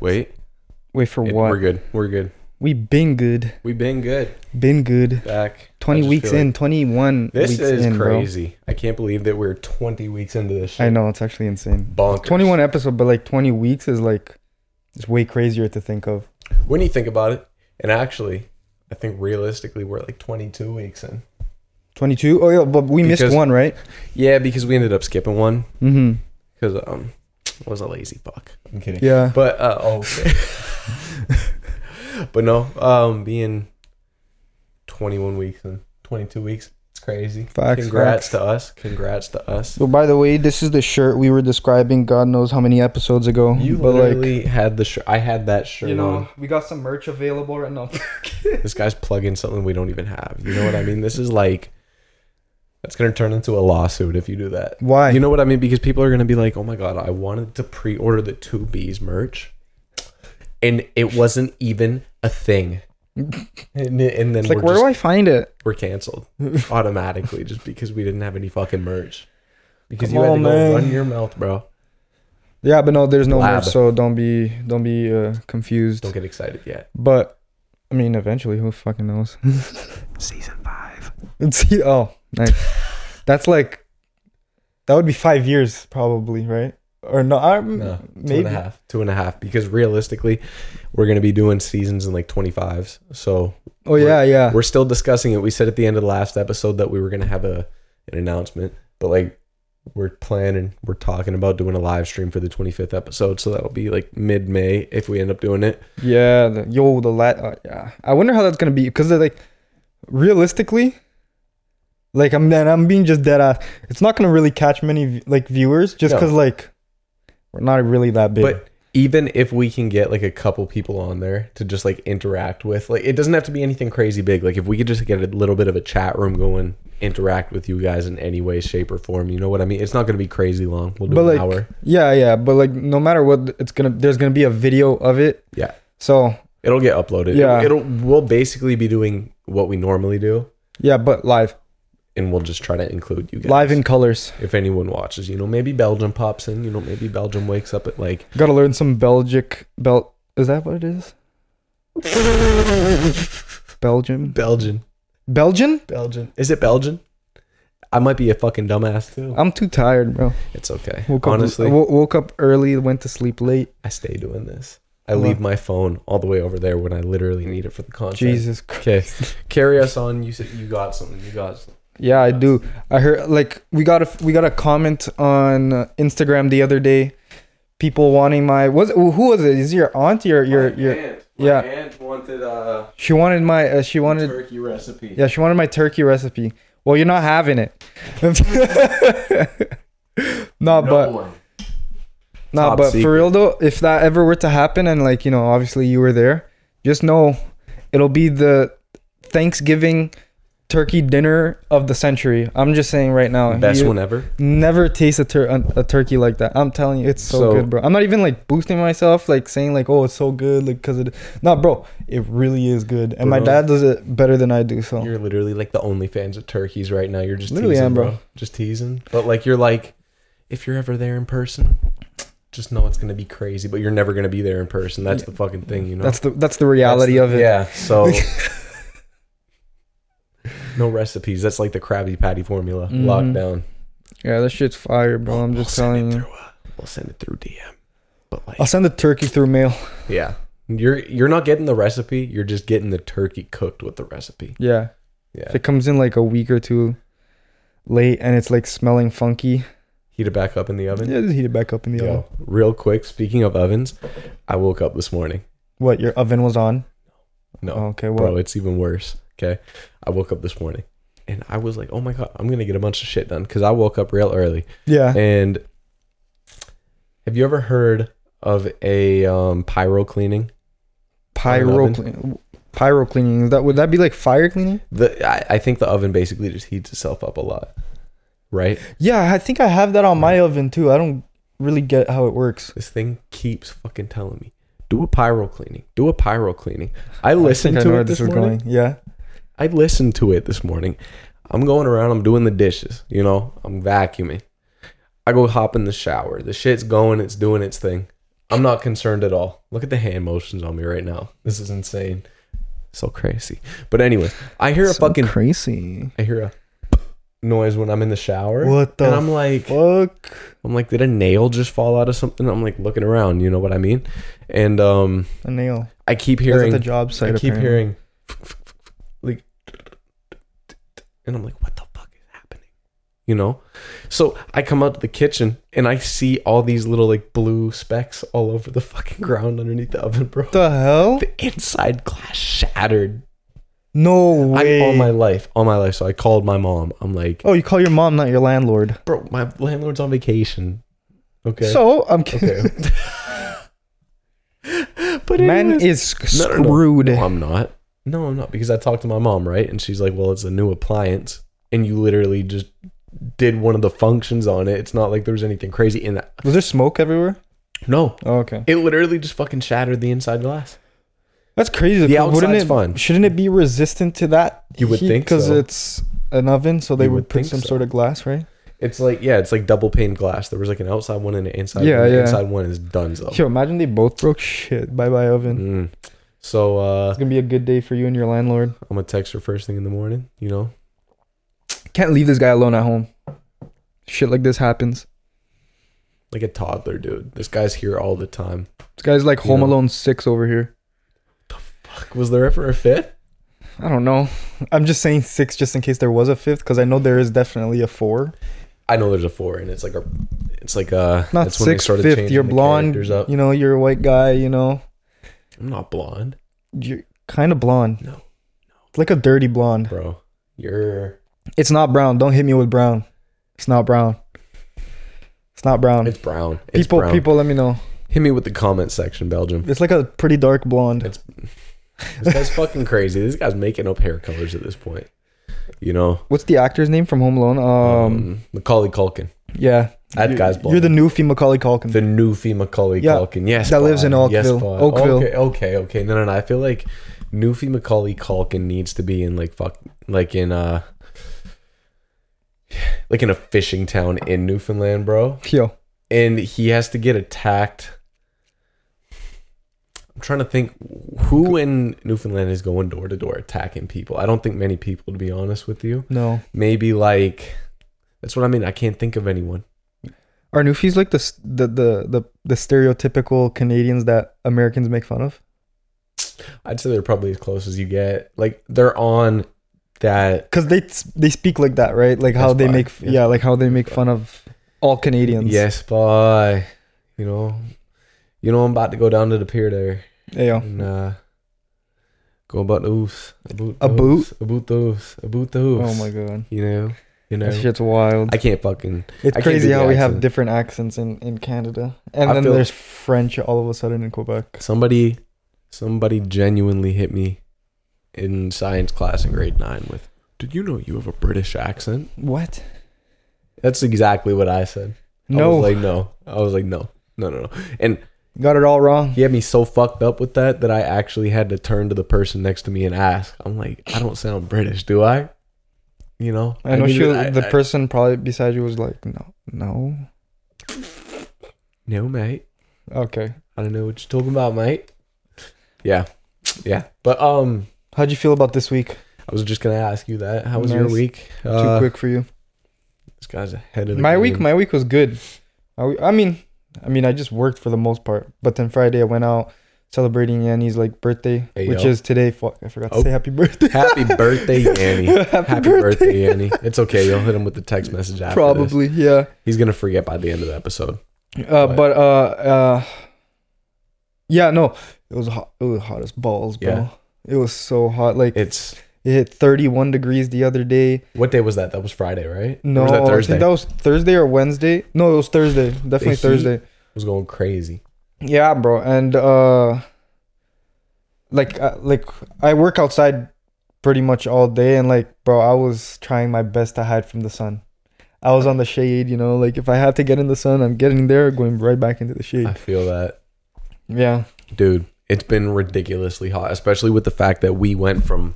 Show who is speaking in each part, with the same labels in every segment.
Speaker 1: Wait,
Speaker 2: Wait for
Speaker 1: It-
Speaker 2: what?
Speaker 1: we're good. We're good.
Speaker 2: We been good.
Speaker 1: We've been good.
Speaker 2: Been good.
Speaker 1: Back. I
Speaker 2: 20
Speaker 1: just
Speaker 2: weeks
Speaker 1: feel like
Speaker 2: in, 21
Speaker 1: This
Speaker 2: weeks
Speaker 1: is
Speaker 2: in, bro.
Speaker 1: crazy. I can't believe that we're 20 weeks into this. Shit.
Speaker 2: I know it's actually insane.
Speaker 1: Bonkers.
Speaker 2: 21 episode, but like 20 weeks is like it's way crazier to think of.
Speaker 1: When you think about it, and actually, I think realistically we're like 22 weeks in.
Speaker 2: 22. Oh yeah, but we
Speaker 1: Because-
Speaker 2: missed one, right?
Speaker 1: Yeah, because we ended up skipping one
Speaker 2: Mhm.
Speaker 1: because um I was a lazy fuck. I'm kidding.
Speaker 2: Yeah.
Speaker 1: But uh, oh, okay. but no, um, being 21 weeks and 22 weeks, it's crazy.
Speaker 2: Facts,
Speaker 1: Congrats
Speaker 2: facts.
Speaker 1: to us. Congrats to us.
Speaker 2: So by the way, this is the shirt we were describing God knows how many episodes ago.
Speaker 1: You
Speaker 2: but like
Speaker 1: literally had the shirt. I had that shirt on.
Speaker 2: we got some merch available right now.
Speaker 1: This guy's plugging something we don't even have. You know what I mean? This is like that's gonna turn into a lawsuit if you do that.
Speaker 2: Why?
Speaker 1: You know what I mean? Because people are gonna be like, "Oh my god, I wanted to pre-order the two B's merch, and it wasn't even a thing." and, and then
Speaker 2: it's like
Speaker 1: we're
Speaker 2: where
Speaker 1: just
Speaker 2: do I find it?
Speaker 1: were canceled automatically just because we didn't have any fucking merch. Because
Speaker 2: Come
Speaker 1: you had to
Speaker 2: on,
Speaker 1: go
Speaker 2: man.
Speaker 1: run your mouth, bro.
Speaker 2: Yeah, but no, there's no
Speaker 1: Lab.
Speaker 2: merch, so don't be don't be uh, confused.
Speaker 1: Don't get excited yet.
Speaker 2: But I mean, eventually, who fucking knows?
Speaker 1: Season five.
Speaker 2: It's oh, nice. That's like that would be five years probably, right? Or no, I,
Speaker 1: No, two and
Speaker 2: Mm. maybe
Speaker 1: a half. Two and a half. Because realistically, we're gonna be doing seasons in like twenty fives. So
Speaker 2: Oh yeah, yeah.
Speaker 1: we're still discussing it. We said at the end of the last episode that we were gonna have a an announcement, but like we're planning, we're talking about doing a live stream for the twenty fifth episode. So that'll be like mid May if we end up doing it.
Speaker 2: Yeah, the, yo, the lat. Uh, yeah, I wonder how that's gonna be because like, realistically, like I'm and I'm being just dead ass. It's not gonna really catch many v- like viewers just
Speaker 1: No.
Speaker 2: because like we're not really that big.
Speaker 1: But even if we can get like a couple people on there to just like interact with, like it doesn't have to be anything crazy big. Like if we could just get a little bit of a chat room going, interact with you guys in any way, shape, or form. You know what I mean? It's not going to be crazy long. We'll do
Speaker 2: But,
Speaker 1: an
Speaker 2: like-
Speaker 1: hour.
Speaker 2: yeah, yeah. But like, no matter what, it's gonna there's gonna be a video of it.
Speaker 1: Yeah.
Speaker 2: So
Speaker 1: It'll get uploaded.
Speaker 2: Yeah.
Speaker 1: It'll we'll basically be doing what we normally do,
Speaker 2: yeah, but live,
Speaker 1: and we'll just try to include you guys
Speaker 2: live in colors.
Speaker 1: If anyone watches, you know, maybe Belgium pops in. You know, maybe Belgium wakes up at like
Speaker 2: Gotta learn some Belgic belt. Is that what it is? Belgium,
Speaker 1: Belgian.
Speaker 2: Belgian.
Speaker 1: Belgian. Is it Belgian? I might be a fucking dumbass too.
Speaker 2: I'm too tired, bro.
Speaker 1: It's okay.
Speaker 2: Woke
Speaker 1: Honestly,
Speaker 2: up, wo- woke up early, went to sleep late.
Speaker 1: I stay doing this. I
Speaker 2: Come
Speaker 1: leave
Speaker 2: on.
Speaker 1: my phone all the way over there when I literally need it for the content.
Speaker 2: Jesus Christ.
Speaker 1: Okay, carry us on. You said you got something. You got something.
Speaker 2: Yeah, I do. I heard like we got a we got a comment on uh, Instagram the other day. People wanting my was who was it? Is it your aunt? Your your your
Speaker 1: aunt,
Speaker 2: yeah.
Speaker 1: aunt wanted a
Speaker 2: she wanted my uh, she wanted
Speaker 1: turkey recipe.
Speaker 2: yeah she wanted my turkey recipe. Well, you're not having it. no, but
Speaker 1: one.
Speaker 2: No,
Speaker 1: Top
Speaker 2: but
Speaker 1: secret.
Speaker 2: for real though, if that ever were to happen, and like you know, obviously you were there, just know it'll be the Thanksgiving turkey dinner of the century. I'm just saying right now,
Speaker 1: Best
Speaker 2: you
Speaker 1: one ever.
Speaker 2: Never taste a, tur- a, a turkey like that. I'm telling you, it's so,
Speaker 1: So-
Speaker 2: good, bro. I'm not even like boosting myself, like saying like, oh, it's so good, like because it. No, bro, it really is good, and my
Speaker 1: Bro.
Speaker 2: dad does it better than I do. So
Speaker 1: You're literally like the only fans of turkeys right now. You're just
Speaker 2: Literally
Speaker 1: teasing,
Speaker 2: am,
Speaker 1: bro.
Speaker 2: bro.
Speaker 1: Just teasing. But like you're like, if you're ever there in person, just know it's gonna be crazy. But you're never gonna be there in person. That's the fucking thing, you know.
Speaker 2: that's the that's the reality
Speaker 1: That's
Speaker 2: of
Speaker 1: the-
Speaker 2: it.
Speaker 1: Yeah. So no recipes. That's like the Krabby Patty formula.
Speaker 2: Mhm.
Speaker 1: Lockdown.
Speaker 2: yeah, that shit's fire, bro. I'm just
Speaker 1: send
Speaker 2: telling
Speaker 1: it
Speaker 2: you.
Speaker 1: Through, uh, we'll send it through DM. But like,
Speaker 2: I'll send the turkey through mail.
Speaker 1: yeah, you're you're not getting the recipe. You're just getting the turkey cooked with the recipe.
Speaker 2: Yeah.
Speaker 1: Yeah.
Speaker 2: If it comes in like a week or two late and it's like smelling funky,
Speaker 1: Heat it back up in the oven.
Speaker 2: yeah, just heat it back up in the
Speaker 1: Yo,
Speaker 2: oven.
Speaker 1: real quick. Speaking of ovens, I woke up this morning.
Speaker 2: What your oven was on?
Speaker 1: No,
Speaker 2: Oh, okay, well,
Speaker 1: bro, it's even worse. Okay, I woke up this morning. And I was like, "Oh my god, I'm gonna get a bunch of shit done." Because I woke up real early.
Speaker 2: yeah,
Speaker 1: And have you ever heard of a um, pyro cleaning?
Speaker 2: pyro
Speaker 1: oven.
Speaker 2: clean, pyro cleaning. Is that would that be like fire cleaning?
Speaker 1: The I, I think the oven basically just heats itself up a lot, right?
Speaker 2: Yeah, I think I have that on my oven too. I don't really get how it works.
Speaker 1: This thing keeps fucking telling me, "Do a pyro cleaning. Do a pyro cleaning." I listened
Speaker 2: think
Speaker 1: to
Speaker 2: where
Speaker 1: it this morning.
Speaker 2: going. Yeah,
Speaker 1: I listened to it this morning. I'm going around. I'm doing the dishes. You know, I'm vacuuming. I go hop in the shower. The shit's going. It's doing its thing. I'm not concerned at all. Look at the hand motions on me right now. This is insane. So crazy. But anyways, I hear a
Speaker 2: So
Speaker 1: fucking
Speaker 2: crazy.
Speaker 1: I hear a noise when I'm in the shower.
Speaker 2: What the
Speaker 1: and I'm like
Speaker 2: Fuck.
Speaker 1: I'm like, did a nail just fall out of something? I'm like looking around, you know what I mean? And um
Speaker 2: A nail.
Speaker 1: I keep
Speaker 2: That's
Speaker 1: hearing
Speaker 2: at the job
Speaker 1: I
Speaker 2: site.
Speaker 1: keep hearing
Speaker 2: apparently.
Speaker 1: like and I'm like, what the fuck is happening? You know? So I come out to the kitchen and I see all these little like blue specks all over the fucking ground underneath the oven, bro.
Speaker 2: What the hell?
Speaker 1: The inside glass shattered.
Speaker 2: No
Speaker 1: I,
Speaker 2: way.
Speaker 1: all my life, all my life. So I called my mom. I'm like,
Speaker 2: oh, you call your mom, not your landlord.
Speaker 1: bro, my landlord's on vacation. Okay.
Speaker 2: So I'm kidding.
Speaker 1: okay. but
Speaker 2: Man
Speaker 1: anyways-
Speaker 2: is sc-
Speaker 1: No, no, no.
Speaker 2: screwed.
Speaker 1: No, I'm not. No, I'm not because I talked to my mom, right? And she's like, "Well, it's a new appliance, and you literally just did one of the functions on it. It's not like there was anything crazy in that.
Speaker 2: Was there smoke everywhere?
Speaker 1: No,
Speaker 2: Oh, okay.
Speaker 1: it literally just fucking shattered the inside glass.
Speaker 2: That's crazy.
Speaker 1: The
Speaker 2: Wouldn't
Speaker 1: outside's
Speaker 2: it-
Speaker 1: fine.
Speaker 2: Shouldn't it be resistant to that?
Speaker 1: You would think
Speaker 2: because
Speaker 1: so.
Speaker 2: it's an oven, so they
Speaker 1: You
Speaker 2: would,
Speaker 1: would
Speaker 2: put
Speaker 1: think
Speaker 2: some
Speaker 1: so.
Speaker 2: sort of glass, right?
Speaker 1: It's like yeah, it's like double pane glass. There was like an outside one and an inside.
Speaker 2: Yeah,
Speaker 1: one. The
Speaker 2: yeah.
Speaker 1: Inside one is done though.
Speaker 2: Yo, imagine they both broke shit. Bye bye oven.
Speaker 1: Oh. Mm. So uh,
Speaker 2: It's gonna be a good day for you and your landlord.
Speaker 1: I'm gonna text her first thing in the morning. You know,
Speaker 2: Can't leave this guy alone at home. Shit like this happens.
Speaker 1: like a toddler, dude. This guy's here all the time.
Speaker 2: This guy's like Home
Speaker 1: Yeah.
Speaker 2: Alone six over here.
Speaker 1: Fuck, was there ever a fit?
Speaker 2: I don't know. I'm just saying six just in case there was a fifth, because I know there is definitely a four.
Speaker 1: I know there's a four, and it's like a, it's like a.
Speaker 2: Not
Speaker 1: that's
Speaker 2: six, fifth.
Speaker 1: changing
Speaker 2: You're
Speaker 1: the
Speaker 2: blonde.
Speaker 1: characters up.
Speaker 2: You know, you're a white guy. You know,
Speaker 1: I'm not blonde,
Speaker 2: you're kind of blonde.
Speaker 1: No,
Speaker 2: It's like a dirty blonde.
Speaker 1: bro. You're.
Speaker 2: It's not brown. Don't hit me with brown. It's not brown. It's not brown.
Speaker 1: It's brown. It's
Speaker 2: people,
Speaker 1: brown.
Speaker 2: people, let me know.
Speaker 1: hit me with the comment section, Belgium.
Speaker 2: It's like a pretty dark blonde.
Speaker 1: This guy's fucking crazy. This guy's making up hair colors at this point. You know,
Speaker 2: What's the actor's name from Home Alone? Um,
Speaker 1: um, Macaulay Culkin,
Speaker 2: yeah,
Speaker 1: that
Speaker 2: You're-
Speaker 1: guy's
Speaker 2: You're
Speaker 1: blonde.
Speaker 2: the newfie Macaulay Culkin.
Speaker 1: the newfie Macaulay
Speaker 2: Yeah,
Speaker 1: Culkin. Yes,
Speaker 2: that lives in Oakville.
Speaker 1: bud.
Speaker 2: Oakville.
Speaker 1: Okay, okay, okay. No, no, no. I feel like newfie Macaulay Culkin needs to be in like fuck, like in uh, like in a fishing town in Newfoundland, bro.
Speaker 2: Yo,
Speaker 1: and he has to get attacked. I'm trying to think who in Newfoundland is going door to door attacking people. I don't think many people, to be honest with you.
Speaker 2: no.
Speaker 1: Maybe like that's what I mean. I can't think of anyone.
Speaker 2: Are newfies like the, s- the the the the stereotypical Canadians that Americans make fun of?
Speaker 1: I'd say they're probably as close as you get. Like they're on that.
Speaker 2: Because they s- they speak like that, right? Like how
Speaker 1: That's
Speaker 2: they
Speaker 1: fine.
Speaker 2: make f-
Speaker 1: Yes.
Speaker 2: yeah, like how they make fun of all Canadians.
Speaker 1: Yes, boy. You know, you know, I'm about to go down to the pier there
Speaker 2: Yeah.
Speaker 1: and uh, go about the oofs. About
Speaker 2: A
Speaker 1: the
Speaker 2: boot?
Speaker 1: oofs, About the oofs. About the oofs.
Speaker 2: Oh my god.
Speaker 1: You know, you know.
Speaker 2: That shit's wild.
Speaker 1: I can't fucking.
Speaker 2: It's
Speaker 1: I can't
Speaker 2: crazy
Speaker 1: do the
Speaker 2: how we have
Speaker 1: accent.
Speaker 2: different accents in, in Canada. And
Speaker 1: I
Speaker 2: then
Speaker 1: feel-
Speaker 2: there's French all of a sudden in Quebec.
Speaker 1: Somebody, somebody genuinely hit me in science class in grade nine with, "Did you know you have a British accent?"
Speaker 2: What?
Speaker 1: That's exactly what I said. I
Speaker 2: No.
Speaker 1: was like no. I was like no, no, no, no. And
Speaker 2: Got it all wrong.
Speaker 1: he had me so fucked up with that that I actually had to turn to the person next to me and ask. I'm like, I don't sound British, do I? You know,
Speaker 2: I know
Speaker 1: needed-
Speaker 2: she
Speaker 1: I-
Speaker 2: the
Speaker 1: I-
Speaker 2: person probably beside you was like, No, no.
Speaker 1: No, mate.
Speaker 2: Okay.
Speaker 1: I don't know what you're talking about, mate. Yeah, yeah. But um,
Speaker 2: How'd you feel about this week?
Speaker 1: I was just gonna ask you that. How was your
Speaker 2: Nice.
Speaker 1: week?
Speaker 2: Too
Speaker 1: Uh,
Speaker 2: quick for you.
Speaker 1: This guy's ahead of the
Speaker 2: My
Speaker 1: game.
Speaker 2: week, my week was good. I we- I mean, I mean, I just worked for the most part. But then Friday, I went out celebrating Yanni's like birthday,
Speaker 1: Hey,
Speaker 2: which
Speaker 1: yo.
Speaker 2: is today. Fuck, I forgot to
Speaker 1: Oh.
Speaker 2: say happy birthday.
Speaker 1: Happy birthday, Annie.
Speaker 2: happy,
Speaker 1: Happy birthday, Annie. It's okay. You'll hit him with the text message after Probably.
Speaker 2: Probably, yeah.
Speaker 1: He's gonna forget by the end of the episode.
Speaker 2: Uh,
Speaker 1: But-
Speaker 2: but uh, uh, yeah, no, it was hot. It was hot as balls, bro.
Speaker 1: Yeah.
Speaker 2: It was so hot. Like it,
Speaker 1: It's
Speaker 2: hit 31 degrees the other day.
Speaker 1: what day was that? That was Friday, right? Or
Speaker 2: No,
Speaker 1: was that
Speaker 2: I
Speaker 1: Thursday.
Speaker 2: think that was Thursday or Wednesday. No, it was Thursday. Definitely
Speaker 1: heat?
Speaker 2: Thursday.
Speaker 1: It was going crazy.
Speaker 2: Yeah, bro. And uh, like uh, like I work outside pretty much all day, and like, bro, I was trying my best to hide from the sun. I was on the shade, you know. Like if I had to get in the sun, I'm getting there, going right back into the
Speaker 1: I
Speaker 2: shade.
Speaker 1: feel that,
Speaker 2: Yeah.
Speaker 1: dude. It's been ridiculously hot, especially with the fact that we went from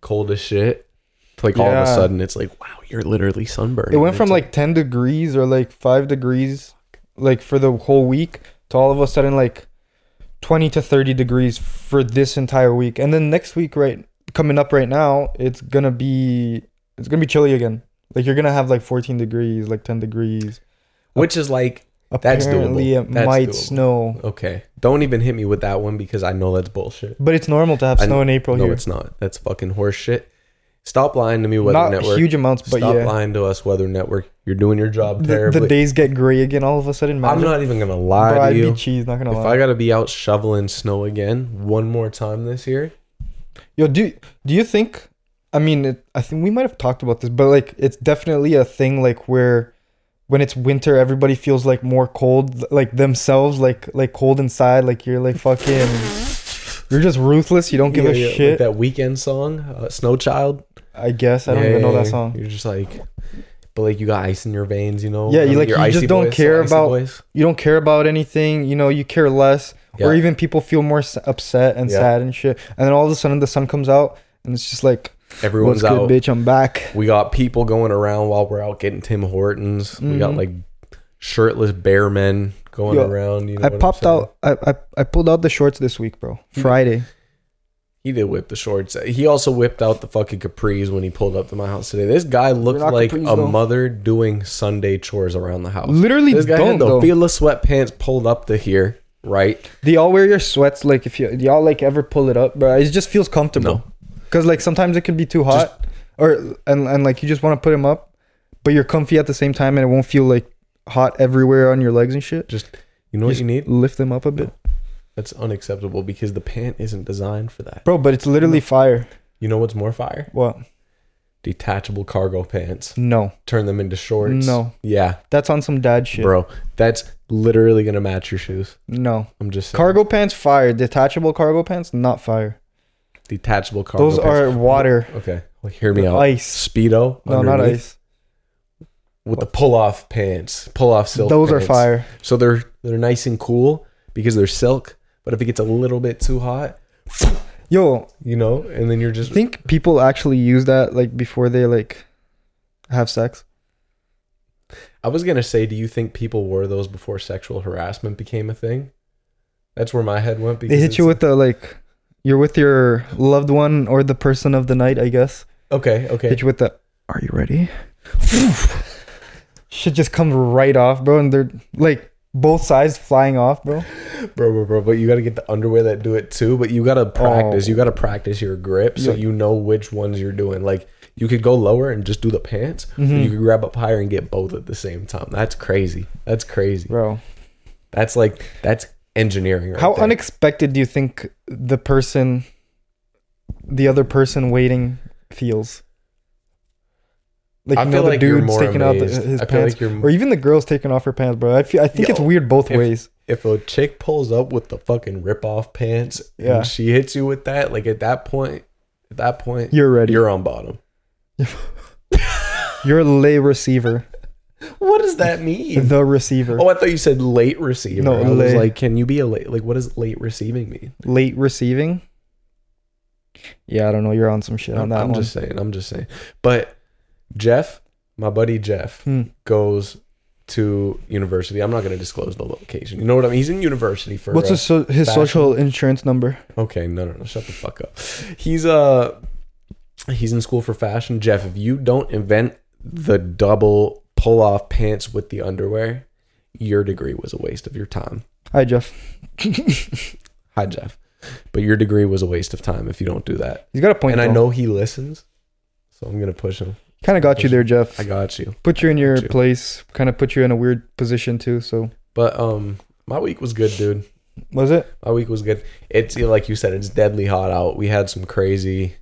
Speaker 1: cold as shit to like all of a
Speaker 2: Yeah.
Speaker 1: sudden it's like, wow, you're literally sunburned.
Speaker 2: It went from like 10 degrees or like 5 degrees like for the whole week to all of a sudden like 20 to 30 degrees for this entire week. And then next week, right, coming up right now, it's going to be, it's going to be chilly again. Like you're going to have like 14 degrees, like 10 degrees.
Speaker 1: Which is like That's doable.
Speaker 2: Apparently it
Speaker 1: That's
Speaker 2: might
Speaker 1: doable.
Speaker 2: snow.
Speaker 1: okay. Don't even hit me with that one because I know that's bullshit.
Speaker 2: But it's normal to have
Speaker 1: I
Speaker 2: snow in April
Speaker 1: no,
Speaker 2: here.
Speaker 1: it's not. That's fucking horse shit. Stop lying to me, Weather
Speaker 2: Not
Speaker 1: Network.
Speaker 2: huge amounts, but
Speaker 1: Stop
Speaker 2: yeah.
Speaker 1: lying to us, Weather Network. You're doing your job
Speaker 2: The,
Speaker 1: terribly.
Speaker 2: the days get gray again all of a sudden.
Speaker 1: I'm
Speaker 2: imagine.
Speaker 1: not even gonna
Speaker 2: Bro,
Speaker 1: lie
Speaker 2: I'd
Speaker 1: to you.
Speaker 2: be cheese, not gonna
Speaker 1: If
Speaker 2: lie.
Speaker 1: I gotta be out shoveling snow again one more time this year,
Speaker 2: Yo, do do you think? I mean, it, I think we might have talked about this, but like, it's definitely a thing. Like where, when it's winter, everybody feels like more cold, like themselves, like like cold inside. Like you're like fucking, you're just ruthless. You don't give
Speaker 1: Yeah,
Speaker 2: a
Speaker 1: yeah, like
Speaker 2: shit.
Speaker 1: that weekend song, uh, Snow Child.
Speaker 2: I guess I don't
Speaker 1: Yeah,
Speaker 2: even know
Speaker 1: yeah,
Speaker 2: that
Speaker 1: yeah.
Speaker 2: song.
Speaker 1: You're just like, but like you got ice in your veins, you know.
Speaker 2: Yeah, you
Speaker 1: mean,
Speaker 2: like-
Speaker 1: you're
Speaker 2: you
Speaker 1: Icy
Speaker 2: just don't
Speaker 1: Boys,
Speaker 2: care
Speaker 1: Icy
Speaker 2: about-
Speaker 1: Boys.
Speaker 2: You don't care about anything. You know, you care less, or
Speaker 1: Yeah.
Speaker 2: even people feel more s- upset and
Speaker 1: Yeah.
Speaker 2: sad and shit. And then all of a sudden, the sun comes out, and it's just like,
Speaker 1: Everyone's
Speaker 2: "What's
Speaker 1: out.
Speaker 2: good, bitch? I'm back."
Speaker 1: We got people going around while we're out getting Tim Hortons. We got
Speaker 2: Mhm.
Speaker 1: like shirtless bear men going
Speaker 2: Yo,
Speaker 1: around. You know,
Speaker 2: I
Speaker 1: what I'm
Speaker 2: popped
Speaker 1: saying?
Speaker 2: out. I, I I pulled out the shorts this week, bro.
Speaker 1: You-
Speaker 2: Friday.
Speaker 1: He did whip the shorts. He also whipped out the fucking capris when he pulled up to my house today. This guy looked
Speaker 2: not
Speaker 1: like
Speaker 2: capris,
Speaker 1: a
Speaker 2: though.
Speaker 1: mother doing Sunday chores around the house.
Speaker 2: Literally
Speaker 1: This guy
Speaker 2: don't
Speaker 1: had the
Speaker 2: though.
Speaker 1: fearless sweatpants pulled up to here, right?
Speaker 2: do y'all wear your sweats like if you do y'all like ever pull it up, bro? It just feels comfortable. Cause like sometimes it can be too hot, or and and like you just want to put them up, but you're comfy at the same time, and it won't feel like hot everywhere on your legs and shit.
Speaker 1: Just you know what
Speaker 2: Just
Speaker 1: you need?
Speaker 2: Lift them up a bit,
Speaker 1: That's unacceptable because the pant isn't designed for that.
Speaker 2: bro. But it's literally fire.
Speaker 1: You know what's more fire?
Speaker 2: What?
Speaker 1: Detachable cargo pants.
Speaker 2: No,
Speaker 1: Turn them into shorts.
Speaker 2: no.
Speaker 1: Yeah,
Speaker 2: That's on some dad shit.
Speaker 1: bro. That's literally gonna match your shoes.
Speaker 2: No,
Speaker 1: I'm just saying.
Speaker 2: cargo pants fire. Detachable cargo pants not fire.
Speaker 1: detachable cargo
Speaker 2: Those
Speaker 1: pants.
Speaker 2: are water,
Speaker 1: Okay. Well hear me out.
Speaker 2: ice.
Speaker 1: Speedo.
Speaker 2: No, not
Speaker 1: underneath.
Speaker 2: ice.
Speaker 1: with the pull off pants, pull off silk.
Speaker 2: Those are
Speaker 1: pants.
Speaker 2: fire.
Speaker 1: So they're they're nice and cool because they're silk. But if it gets a little bit too hot,
Speaker 2: Yo,
Speaker 1: you know, and then you're
Speaker 2: I
Speaker 1: just
Speaker 2: think people actually use that like before they like have sex.
Speaker 1: I was gonna say, do you think people wore those before sexual harassment became a thing? That's where my head went.
Speaker 2: They hit you
Speaker 1: it's-
Speaker 2: with the like you're with your loved one or the person of the night, I guess.
Speaker 1: okay, okay.
Speaker 2: Hit you with the are you ready? Shit just comes right off, bro, and they're like both sides flying off, bro.
Speaker 1: bro, bro, bro. But you got to get the underwear that do it too. But you got to practice. You got to practice your grip so
Speaker 2: Oh. Yeah.
Speaker 1: you know which ones you're doing. Like you could go lower and just do the pants. or
Speaker 2: Mhm.
Speaker 1: you could grab up higher and get both at the same time. That's crazy. That's crazy.
Speaker 2: Bro.
Speaker 1: That's like that's engineering. Right
Speaker 2: How
Speaker 1: there.
Speaker 2: unexpected do you think the person the other person waiting feels? Like
Speaker 1: I
Speaker 2: you know,
Speaker 1: feel
Speaker 2: the
Speaker 1: like you're
Speaker 2: dude's
Speaker 1: more
Speaker 2: taking
Speaker 1: amazed.
Speaker 2: out the, his
Speaker 1: I feel
Speaker 2: pants.
Speaker 1: like you're
Speaker 2: or even the girls taking off her pants, bro. I feel, I think it's
Speaker 1: Yo,
Speaker 2: weird both
Speaker 1: if-
Speaker 2: ways.
Speaker 1: if a chick pulls up with the fucking rip off pants
Speaker 2: Yeah.
Speaker 1: and she hits you with that, like at that point, at that point,
Speaker 2: You're ready. You're,
Speaker 1: you're on bottom.
Speaker 2: a lay receiver,
Speaker 1: What does that mean?
Speaker 2: the receiver,
Speaker 1: Oh, I thought you said late receiver.
Speaker 2: No,
Speaker 1: I was
Speaker 2: late.
Speaker 1: like, can you be a late? Like, what does late receiving mean?
Speaker 2: late receiving. Yeah, I don't know. You're on some shit on
Speaker 1: I'm,
Speaker 2: that
Speaker 1: I'm
Speaker 2: one.
Speaker 1: just saying. I'm just saying. But Jeff, my buddy Jeff,
Speaker 2: Hmm.
Speaker 1: goes to university. I'm not going to disclose the location. You know what I mean? He's in university for
Speaker 2: What's
Speaker 1: uh,
Speaker 2: his so, his
Speaker 1: fashion.
Speaker 2: social insurance number?
Speaker 1: Okay, no, no, no, shut the fuck up. He's uh, he's in school for fashion. Jeff, if you don't invent the double pull off pants with the underwear, your degree was a waste of your time.
Speaker 2: Hi, Jeff.
Speaker 1: Hi, Jeff, but your degree was a waste of time if you don't do that.
Speaker 2: He's got a point.
Speaker 1: and I know he listens, so I'm gonna push him.
Speaker 2: kind of got you there, Jeff.
Speaker 1: I got you.
Speaker 2: Put you in your
Speaker 1: you.
Speaker 2: place. Kind of put you in a weird position too. So
Speaker 1: But um, my week was good, dude.
Speaker 2: was it?
Speaker 1: My week was good. It's like you said, it's deadly hot out. We had some crazy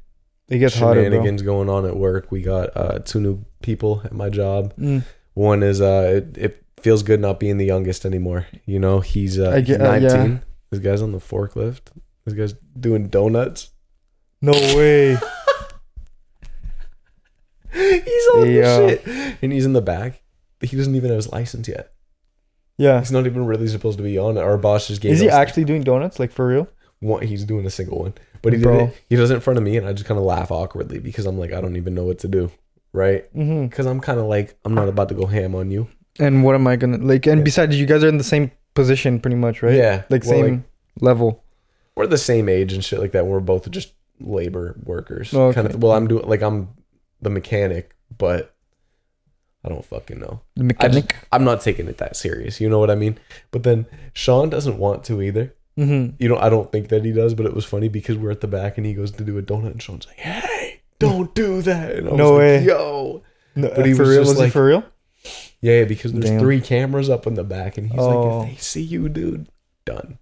Speaker 2: It gets hotter, bro.
Speaker 1: shenanigans going on at work. We got uh, two new people at my job.
Speaker 2: Mm.
Speaker 1: One is uh, it, it feels good not being the youngest anymore. You know, he's uh,
Speaker 2: I
Speaker 1: he's
Speaker 2: get- uh, yeah.
Speaker 1: nineteen. This guy's on the forklift. This guy's doing donuts.
Speaker 2: No way.
Speaker 1: He's on
Speaker 2: Yeah.
Speaker 1: the shit, and he's in the back. He doesn't even have his license yet.
Speaker 2: Yeah.
Speaker 1: He's not even really supposed to be on it. Our boss just gave.
Speaker 2: Is he
Speaker 1: us
Speaker 2: actually doing donuts? Like for real?
Speaker 1: One, he's doing a single one, but he did
Speaker 2: Bro.
Speaker 1: it. He does it in front of me, and I just kind of laugh awkwardly because I'm like, I don't even know what to do, right?
Speaker 2: Mm-hmm.
Speaker 1: Because I'm kind of like, I'm not about to go ham on you.
Speaker 2: And what am I gonna like? And
Speaker 1: Yeah.
Speaker 2: besides, you guys are in the same position, pretty much, right?
Speaker 1: Yeah.
Speaker 2: Like
Speaker 1: Well,
Speaker 2: same level.
Speaker 1: we're the same age and shit like that. We're both just labor workers.
Speaker 2: Okay.
Speaker 1: Kind of. Well, I'm doing like I'm the mechanic, but I don't fucking know.
Speaker 2: The
Speaker 1: I just-
Speaker 2: mechanic.
Speaker 1: I'm not taking it that serious. You know what I mean? But then Sean doesn't want to either.
Speaker 2: mm-hmm.
Speaker 1: You know, I don't think that he does. But it was funny because we're at the back and he goes to do a donut and Sean's like, "Hey, don't do that." And I
Speaker 2: No
Speaker 1: was
Speaker 2: way.
Speaker 1: Like, Yo.
Speaker 2: No,
Speaker 1: But he
Speaker 2: for
Speaker 1: was
Speaker 2: real?
Speaker 1: just
Speaker 2: Was he
Speaker 1: like-
Speaker 2: for real?
Speaker 1: Yeah, because there's
Speaker 2: Damn.
Speaker 1: three cameras up in the back, and he's
Speaker 2: Oh.
Speaker 1: like, "If they see you, dude, done,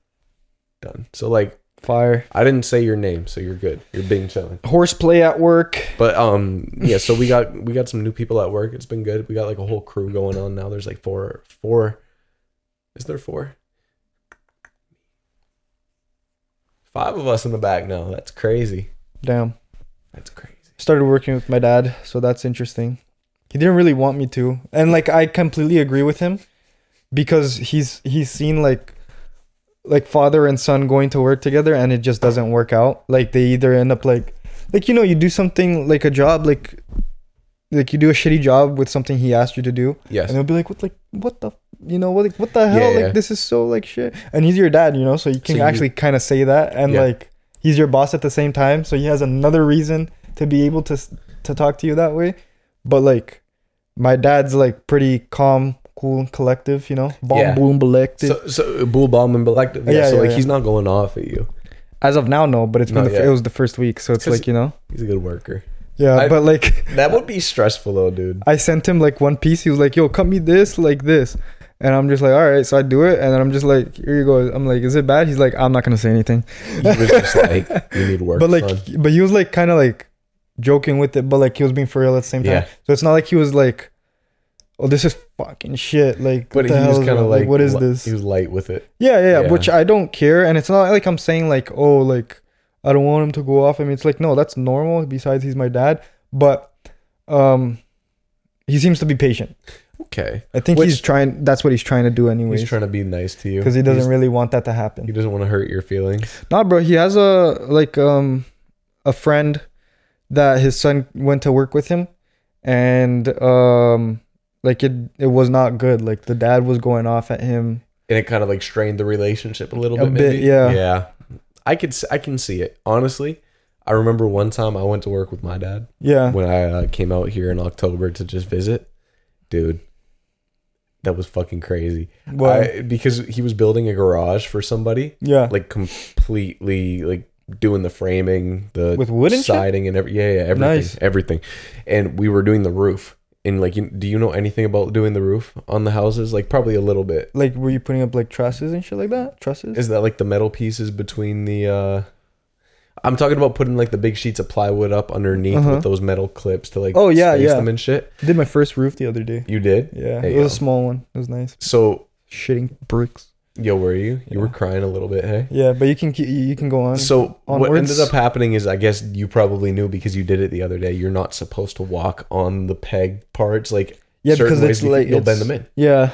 Speaker 1: done." So like,
Speaker 2: Fire.
Speaker 1: I didn't say your name, so you're good. You're being chilling.
Speaker 2: Horseplay at work.
Speaker 1: But um yeah, so we got we got some new people at work. It's been good. We got like a whole crew going on now. There's like four four is there four? Five of us in the back now. That's crazy.
Speaker 2: Damn.
Speaker 1: That's crazy.
Speaker 2: started working with my dad, so that's interesting. He didn't really want me to, and like I completely agree with him, because he's he's seen like like father and son going to work together, and it just doesn't work out. Like they either end up like like you know you do something like a job like like you do a shitty job with something he asked you to do,
Speaker 1: Yes.
Speaker 2: and they'll be like what like what the you know what like, what the hell
Speaker 1: Yeah, yeah.
Speaker 2: like this is so like shit, and he's your dad you know so you
Speaker 1: So
Speaker 2: can
Speaker 1: you-
Speaker 2: actually kind of say that and
Speaker 1: Yeah.
Speaker 2: like he's your boss at the same time so he has another reason to be able to s- to talk to you that way but like my dad's like pretty calm cool and collective you know bomb
Speaker 1: Yeah.
Speaker 2: boom collective
Speaker 1: So so bull bomb and elective. Yeah,
Speaker 2: Yeah,
Speaker 1: so
Speaker 2: yeah,
Speaker 1: like
Speaker 2: yeah.
Speaker 1: he's not going off at you.
Speaker 2: as of now no but it's been
Speaker 1: Not
Speaker 2: the, f-
Speaker 1: yet.
Speaker 2: it was the first week so it's
Speaker 1: It's 'cause-
Speaker 2: like you know
Speaker 1: He's a good worker.
Speaker 2: yeah
Speaker 1: I-
Speaker 2: but like
Speaker 1: That would be stressful though, dude.
Speaker 2: I sent him like one piece. He was like, "Yo, cut me this, like this," and I'm just like, "All right." So I do it, and then I'm just like, "Here you go." I'm like, "Is it bad?" He's like, "I'm not gonna say anything."
Speaker 1: He was just like, You need work.
Speaker 2: but like,
Speaker 1: son."
Speaker 2: but he was like, kind of like joking with it, but like he was being for real at the same time.
Speaker 1: Yeah.
Speaker 2: So it's not like he was like, "Oh, this is fucking shit." Like,
Speaker 1: but
Speaker 2: what the
Speaker 1: he
Speaker 2: hell
Speaker 1: was
Speaker 2: is
Speaker 1: kind of
Speaker 2: wrong?
Speaker 1: like
Speaker 2: "What is
Speaker 1: li-
Speaker 2: this?"
Speaker 1: He was light with it.
Speaker 2: Yeah, yeah,
Speaker 1: Yeah.
Speaker 2: yeah, which I don't care, and it's not like I'm saying like, oh, like I don't want him to go off. I mean, it's like no, that's normal. Besides, he's my dad, but um, he seems to be patient.
Speaker 1: Okay.
Speaker 2: I think
Speaker 1: Which-
Speaker 2: he's trying. That's what he's trying to do, anyways,
Speaker 1: He's trying to be nice to you.
Speaker 2: because he doesn't
Speaker 1: He's-
Speaker 2: really want that to
Speaker 1: he
Speaker 2: happen.
Speaker 1: doesn't want to hurt your feelings.
Speaker 2: Nah, bro. He has a like um a friend that his son went to work with him, and um like it it was not good. Like the dad was going off at him.
Speaker 1: and it kind of like strained the relationship a little
Speaker 2: A
Speaker 1: bit.
Speaker 2: bit,
Speaker 1: maybe.
Speaker 2: yeah.
Speaker 1: yeah. I could, s- I can see it honestly. I remember one time I went to work with my dad
Speaker 2: Yeah,
Speaker 1: when I uh, came out here in October to just visit, dude. That was fucking crazy.
Speaker 2: Why?
Speaker 1: I- because he was building a garage for somebody,
Speaker 2: yeah.
Speaker 1: like completely like doing the framing, the
Speaker 2: With wood and shit?
Speaker 1: siding and every yeah, yeah, everything,
Speaker 2: Nice.
Speaker 1: everything. And we were doing the roof. And like, you, do you know anything about doing the roof on the houses? Like, probably a little bit.
Speaker 2: Like, were you putting up like trusses and shit like that? Trusses?
Speaker 1: Is that like the metal pieces between the uh I'm talking about putting like the big sheets of plywood up underneath
Speaker 2: Uh-huh.
Speaker 1: with those metal clips to like
Speaker 2: Oh, yeah,
Speaker 1: space
Speaker 2: yeah.
Speaker 1: them and shit.
Speaker 2: Did my first roof the other day.
Speaker 1: You did?
Speaker 2: Yeah,
Speaker 1: Hey,
Speaker 2: it was
Speaker 1: yo.
Speaker 2: a small one. It was nice.
Speaker 1: So
Speaker 2: um, Shitting bricks.
Speaker 1: yo, were you? You were
Speaker 2: Yeah.
Speaker 1: crying a little bit, hey?
Speaker 2: Yeah, but you can ke- you can go on.
Speaker 1: So what
Speaker 2: Onwards.
Speaker 1: ended up happening is I guess you probably knew because you did it the other day. You're not supposed to walk on the peg parts like
Speaker 2: yeah,
Speaker 1: certain
Speaker 2: because
Speaker 1: ways
Speaker 2: it's
Speaker 1: you-
Speaker 2: like
Speaker 1: you'll bend
Speaker 2: it's-
Speaker 1: them in.
Speaker 2: Yeah,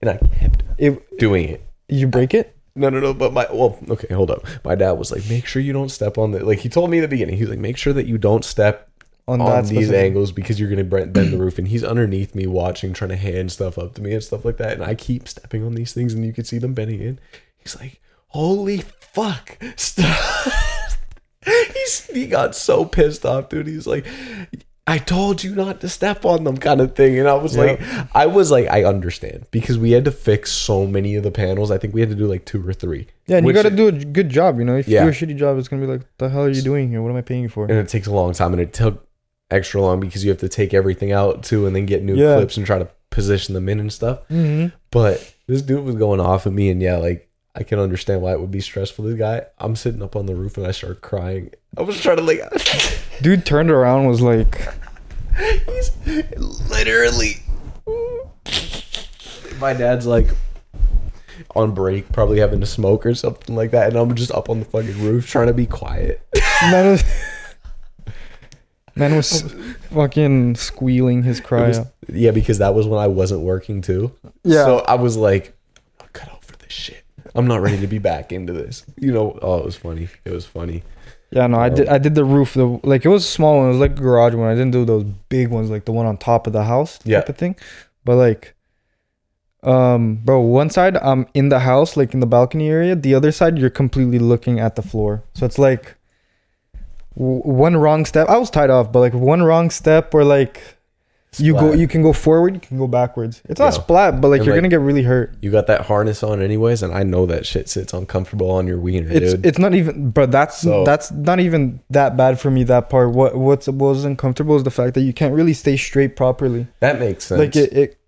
Speaker 1: And I kept
Speaker 2: it
Speaker 1: doing it.
Speaker 2: you break it.
Speaker 1: No, no, no. But my well, okay, hold up. My dad was like, make sure you don't step on the like. He told me in the beginning. He's like, make sure that you don't step
Speaker 2: on,
Speaker 1: on,
Speaker 2: that
Speaker 1: these
Speaker 2: specific-
Speaker 1: angles because you're gonna bre- bend the roof, and he's underneath me watching, trying to hand stuff up to me and stuff like that, and I keep stepping on these things, and you can see them bending in. He's like, "Holy fuck, stop!" he's he got so pissed off, dude. He's like. I told you not to step on them, kind of thing, and I was
Speaker 2: Yep.
Speaker 1: like, I was like, I understand because we had to fix so many of the panels. I think we had to do like two or three.
Speaker 2: Yeah, and
Speaker 1: which-
Speaker 2: you got to do a j- good job. You know, if
Speaker 1: Yeah.
Speaker 2: you do a shitty job, it's gonna be like, the hell are you doing here? What am I paying you for?
Speaker 1: and it takes a long time and it took extra long because you have to take everything out too and then get new
Speaker 2: Yeah.
Speaker 1: clips and try to position them in and stuff
Speaker 2: hmm
Speaker 1: but this dude was going off at me and yeah like i can understand why it would be stressful this guy i'm sitting up on the roof and i start crying i was trying to like
Speaker 2: Dude turned around, was like,
Speaker 1: he's literally my dad's like on break probably having to smoke or something like that and i'm just up on the fucking roof trying to be quiet
Speaker 2: man was, man was fucking squealing his
Speaker 1: It
Speaker 2: cry
Speaker 1: was-
Speaker 2: out.
Speaker 1: yeah, because that was when I wasn't working too.
Speaker 2: Yeah.
Speaker 1: So I was like, I'm not cut out for this shit. I'm not ready to be back into this. You know, oh, it was funny. It was funny.
Speaker 2: Yeah, no, I
Speaker 1: Um,
Speaker 2: did. I did the roof. The like it was a small one. It was like a garage one. I didn't do those big ones, like the one on top of the house
Speaker 1: Yeah.
Speaker 2: type of thing. But like, um bro one side i'm in the house like in the balcony area the other side you're completely looking at the floor so it's like w- one wrong step i was tied off but like one wrong step or like you go
Speaker 1: Splat.
Speaker 2: you can go forward you can go backwards it's not
Speaker 1: Yeah.
Speaker 2: splat but like
Speaker 1: And,
Speaker 2: you're
Speaker 1: like,
Speaker 2: gonna get really hurt
Speaker 1: You got that harness on anyways, and I know that shit sits uncomfortable on your wiener,
Speaker 2: it's
Speaker 1: dude.
Speaker 2: it's not even but that's
Speaker 1: So-
Speaker 2: that's not even that bad for me that part what what's what was uncomfortable is the fact that you can't really stay straight properly
Speaker 1: that makes sense.
Speaker 2: like it, it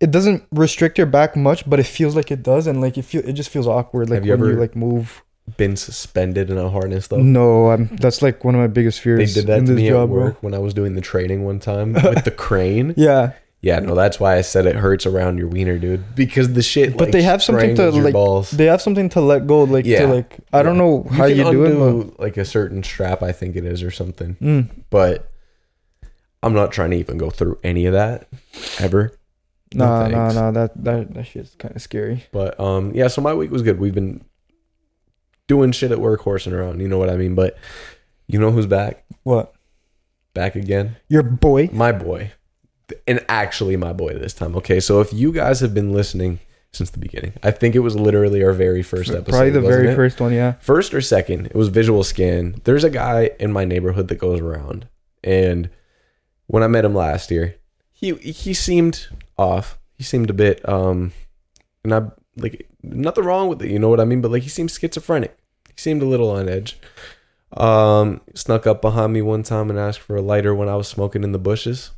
Speaker 2: it doesn't restrict your back much but it feels like it does and like it feel it just feels awkward like
Speaker 1: Have you
Speaker 2: when you
Speaker 1: ever-
Speaker 2: like move
Speaker 1: Been suspended in a harness though.
Speaker 2: No, I'm, that's like one of my biggest
Speaker 1: They
Speaker 2: fears
Speaker 1: did that
Speaker 2: in
Speaker 1: to
Speaker 2: this
Speaker 1: me
Speaker 2: job,
Speaker 1: at
Speaker 2: bro.
Speaker 1: work when I was doing the training one time with the crane.
Speaker 2: Yeah,
Speaker 1: Yeah, no, that's why I said it hurts around your wiener, dude. Because the shit.
Speaker 2: But
Speaker 1: like,
Speaker 2: they have something to,
Speaker 1: strangles your
Speaker 2: like,
Speaker 1: balls.
Speaker 2: they have something to let go. Like,
Speaker 1: Yeah.
Speaker 2: to like, I don't
Speaker 1: Yeah.
Speaker 2: know how
Speaker 1: can
Speaker 2: you do it.
Speaker 1: undo, like a certain strap, I think it is, or something.
Speaker 2: But, Mm,
Speaker 1: But I'm not trying to even go through any of that ever. No
Speaker 2: nah, nah,
Speaker 1: thanks.
Speaker 2: nah. That that that shit's kind of scary.
Speaker 1: But um, yeah. So my week was good. We've been doing shit at work, horsing around. You know what I mean. But you know who's back?
Speaker 2: What?
Speaker 1: Back again.
Speaker 2: Your boy?
Speaker 1: my boy and actually my boy this time okay so if you guys have been listening since the beginning i think it was literally our very first episode
Speaker 2: Probably the
Speaker 1: wasn't
Speaker 2: very
Speaker 1: it?
Speaker 2: first one. Yeah.
Speaker 1: first or second it was visual scan there's a guy in my neighborhood that goes around and when i met him last year he he seemed off he seemed a bit um and i like nothing wrong with it you know what i mean but like he seemed schizophrenic he seemed a little on edge um snuck up behind me one time and asked for a lighter when i was smoking in the bushes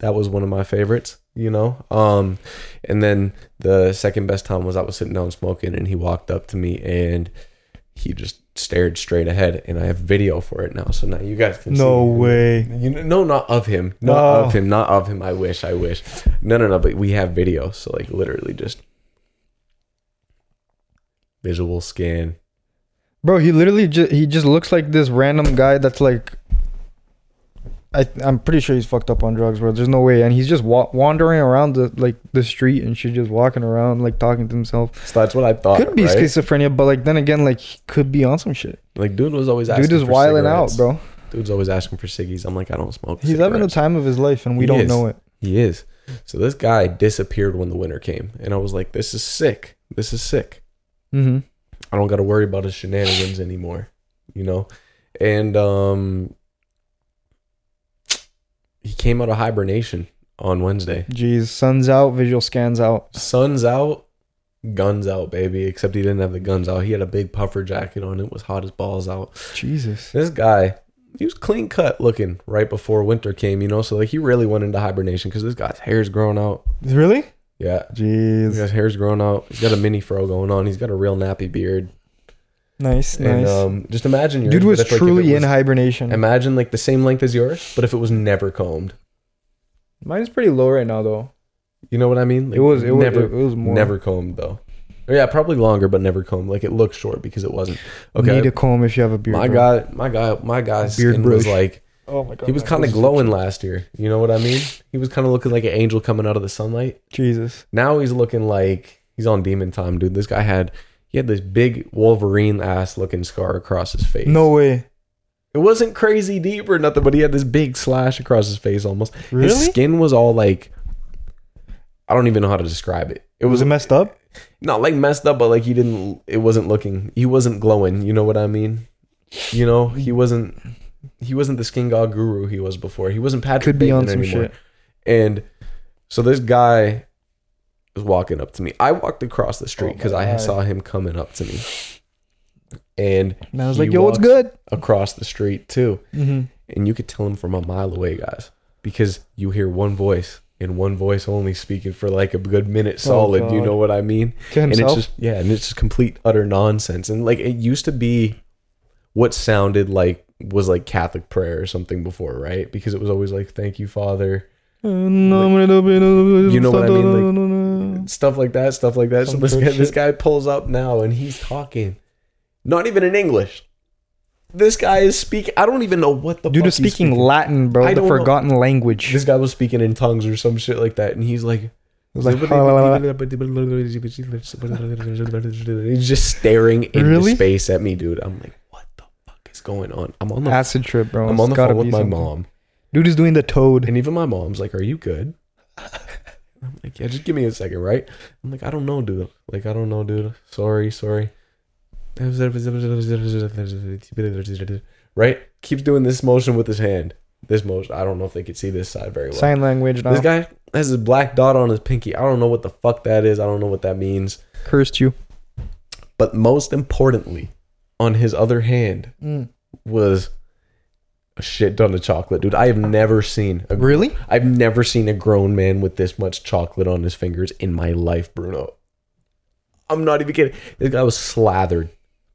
Speaker 1: that was one of my favorites you know um and then the second best time was i was sitting down smoking and he walked up to me and he just stared straight ahead and i have video for it now so now you guys can
Speaker 2: No
Speaker 1: see
Speaker 2: way.
Speaker 1: you know, no, not of him. Not
Speaker 2: No.
Speaker 1: of him. Not of him. I wish. I wish. No, no, no. But we have video, so like literally just visual scan.
Speaker 2: Bro, he literally just he just looks like this random guy that's like. I, I'm pretty sure he's fucked up on drugs, bro. There's no way, and he's just wa- wandering around the like the street and shit, just walking around like talking to himself.
Speaker 1: So that's what I thought.
Speaker 2: could be
Speaker 1: right?
Speaker 2: schizophrenia, but like then again, like he could be on some shit.
Speaker 1: Like dude was always asking.
Speaker 2: Dude is
Speaker 1: for
Speaker 2: wilding out,
Speaker 1: cigarettes.
Speaker 2: bro.
Speaker 1: Dude's always asking for ciggies. I'm like, I don't smoke.
Speaker 2: He's having the
Speaker 1: cigarettes.
Speaker 2: time of his life, and we
Speaker 1: He
Speaker 2: don't
Speaker 1: is.
Speaker 2: know it.
Speaker 1: He is. So this guy disappeared when the winter came, and I was like, this is sick. This is sick.
Speaker 2: Mm-hmm.
Speaker 1: I don't got to worry about his shenanigans anymore, you know. And um, he came out of hibernation on Wednesday.
Speaker 2: Jeez, sun's out, visual scans out.
Speaker 1: Sun's out, guns out, baby. Except he didn't have the guns out. He had a big puffer jacket on. It was hot as balls out.
Speaker 2: Jesus.
Speaker 1: This guy, he was clean cut looking right before winter came, you know. So like he really went into hibernation because this guy's hair's grown out.
Speaker 2: Really?
Speaker 1: Yeah, his
Speaker 2: Jeez.
Speaker 1: hair's grown out. He's got a mini fro going on. He's got a real nappy beard.
Speaker 2: Nice,
Speaker 1: And
Speaker 2: nice.
Speaker 1: um, just imagine your
Speaker 2: Dude was truly
Speaker 1: in
Speaker 2: in hibernation.
Speaker 1: Imagine like the same length as yours, but if it was never combed.
Speaker 2: Mine's pretty low right now, though.
Speaker 1: You know what I mean? Like,
Speaker 2: It was, it was,
Speaker 1: never
Speaker 2: it was more.
Speaker 1: never combed though. Or yeah, probably longer, but never combed. Like it looked short because it wasn't. Okay.
Speaker 2: Need a comb if you have a beard.
Speaker 1: my
Speaker 2: bro.
Speaker 1: guy, my guy, my guy's
Speaker 2: Beard
Speaker 1: skin was
Speaker 2: brush.
Speaker 1: like
Speaker 2: Oh my god.
Speaker 1: he was
Speaker 2: my
Speaker 1: kind of
Speaker 2: nose is
Speaker 1: glowing last year. You know what I mean? He was kind of looking like an angel coming out of the sunlight.
Speaker 2: itching. Jesus.
Speaker 1: Now he's looking like he's on demon time, dude. This guy had he had this big Wolverine ass looking scar across his face.
Speaker 2: No way.
Speaker 1: it wasn't crazy deep or nothing, but he had this big slash across his face almost. His
Speaker 2: Really?
Speaker 1: skin was all like I don't even know how to describe it. It
Speaker 2: Was
Speaker 1: was
Speaker 2: it messed up?
Speaker 1: not like messed up, but like he didn't it wasn't looking he wasn't glowing, you know what I mean? You know, he wasn't he wasn't the skin god guru he was before. He wasn't Patrick
Speaker 2: Could be on
Speaker 1: Bateman
Speaker 2: some
Speaker 1: anymore.
Speaker 2: shit.
Speaker 1: And so this guy was walking up to me. I walked across the street
Speaker 2: Oh my
Speaker 1: because I
Speaker 2: God.
Speaker 1: saw him coming up to me. And
Speaker 2: And I was
Speaker 1: He
Speaker 2: like, yo, what's
Speaker 1: walks-
Speaker 2: good?
Speaker 1: across the street too
Speaker 2: Mm-hmm.
Speaker 1: and you could tell him from a mile away, guys, because you hear one voice and one voice only speaking for like a good minute solid. you
Speaker 2: Oh, God.
Speaker 1: know what I mean?
Speaker 2: To himself.
Speaker 1: And it's just yeah, and it's just complete utter nonsense. And like it used to be what sounded like was like Catholic prayer or something before, right? Because it was always like thank you, Father,
Speaker 2: you
Speaker 1: know what I
Speaker 2: mean? Like,
Speaker 1: stuff like that, stuff like that.
Speaker 2: Some
Speaker 1: so this
Speaker 2: good
Speaker 1: guy, this
Speaker 2: shit.
Speaker 1: guy pulls up now and he's talking, not even in English. This guy is speaking. I don't even know what the
Speaker 2: Dude
Speaker 1: fuck
Speaker 2: is
Speaker 1: he's
Speaker 2: speaking, Latin, bro,
Speaker 1: I
Speaker 2: the
Speaker 1: don't know.
Speaker 2: forgotten language.
Speaker 1: this guy was speaking in tongues or some shit like that, and he's like,
Speaker 2: It was like,
Speaker 1: he's just staring into
Speaker 2: Really?
Speaker 1: space at me, dude. I'm like, what the fuck is going on? I'm on the
Speaker 2: acid trip, bro.
Speaker 1: I'm
Speaker 2: It's
Speaker 1: on the
Speaker 2: gotta
Speaker 1: phone with
Speaker 2: be
Speaker 1: my
Speaker 2: something.
Speaker 1: mom,
Speaker 2: Dude is doing the toad.
Speaker 1: and even my mom's like, "Are you good?" I'm like, yeah, just give me a second, right? I'm like, I don't know, dude. Like, I don't know, dude. Sorry, sorry. Right? Keeps doing this motion with his hand. This motion. I don't know if they could see this side very well.
Speaker 2: Sign language.
Speaker 1: This
Speaker 2: Now.
Speaker 1: guy has a black dot on his pinky. I don't know what the fuck that is. I don't know what that means.
Speaker 2: cursed you.
Speaker 1: But most importantly, on his other hand
Speaker 2: Mm.
Speaker 1: was a shit ton of chocolate, dude. I have never seen a
Speaker 2: Really?
Speaker 1: I've never seen a grown man with this much chocolate on his fingers in my life, Bruno. I'm not even kidding. This guy was slathered.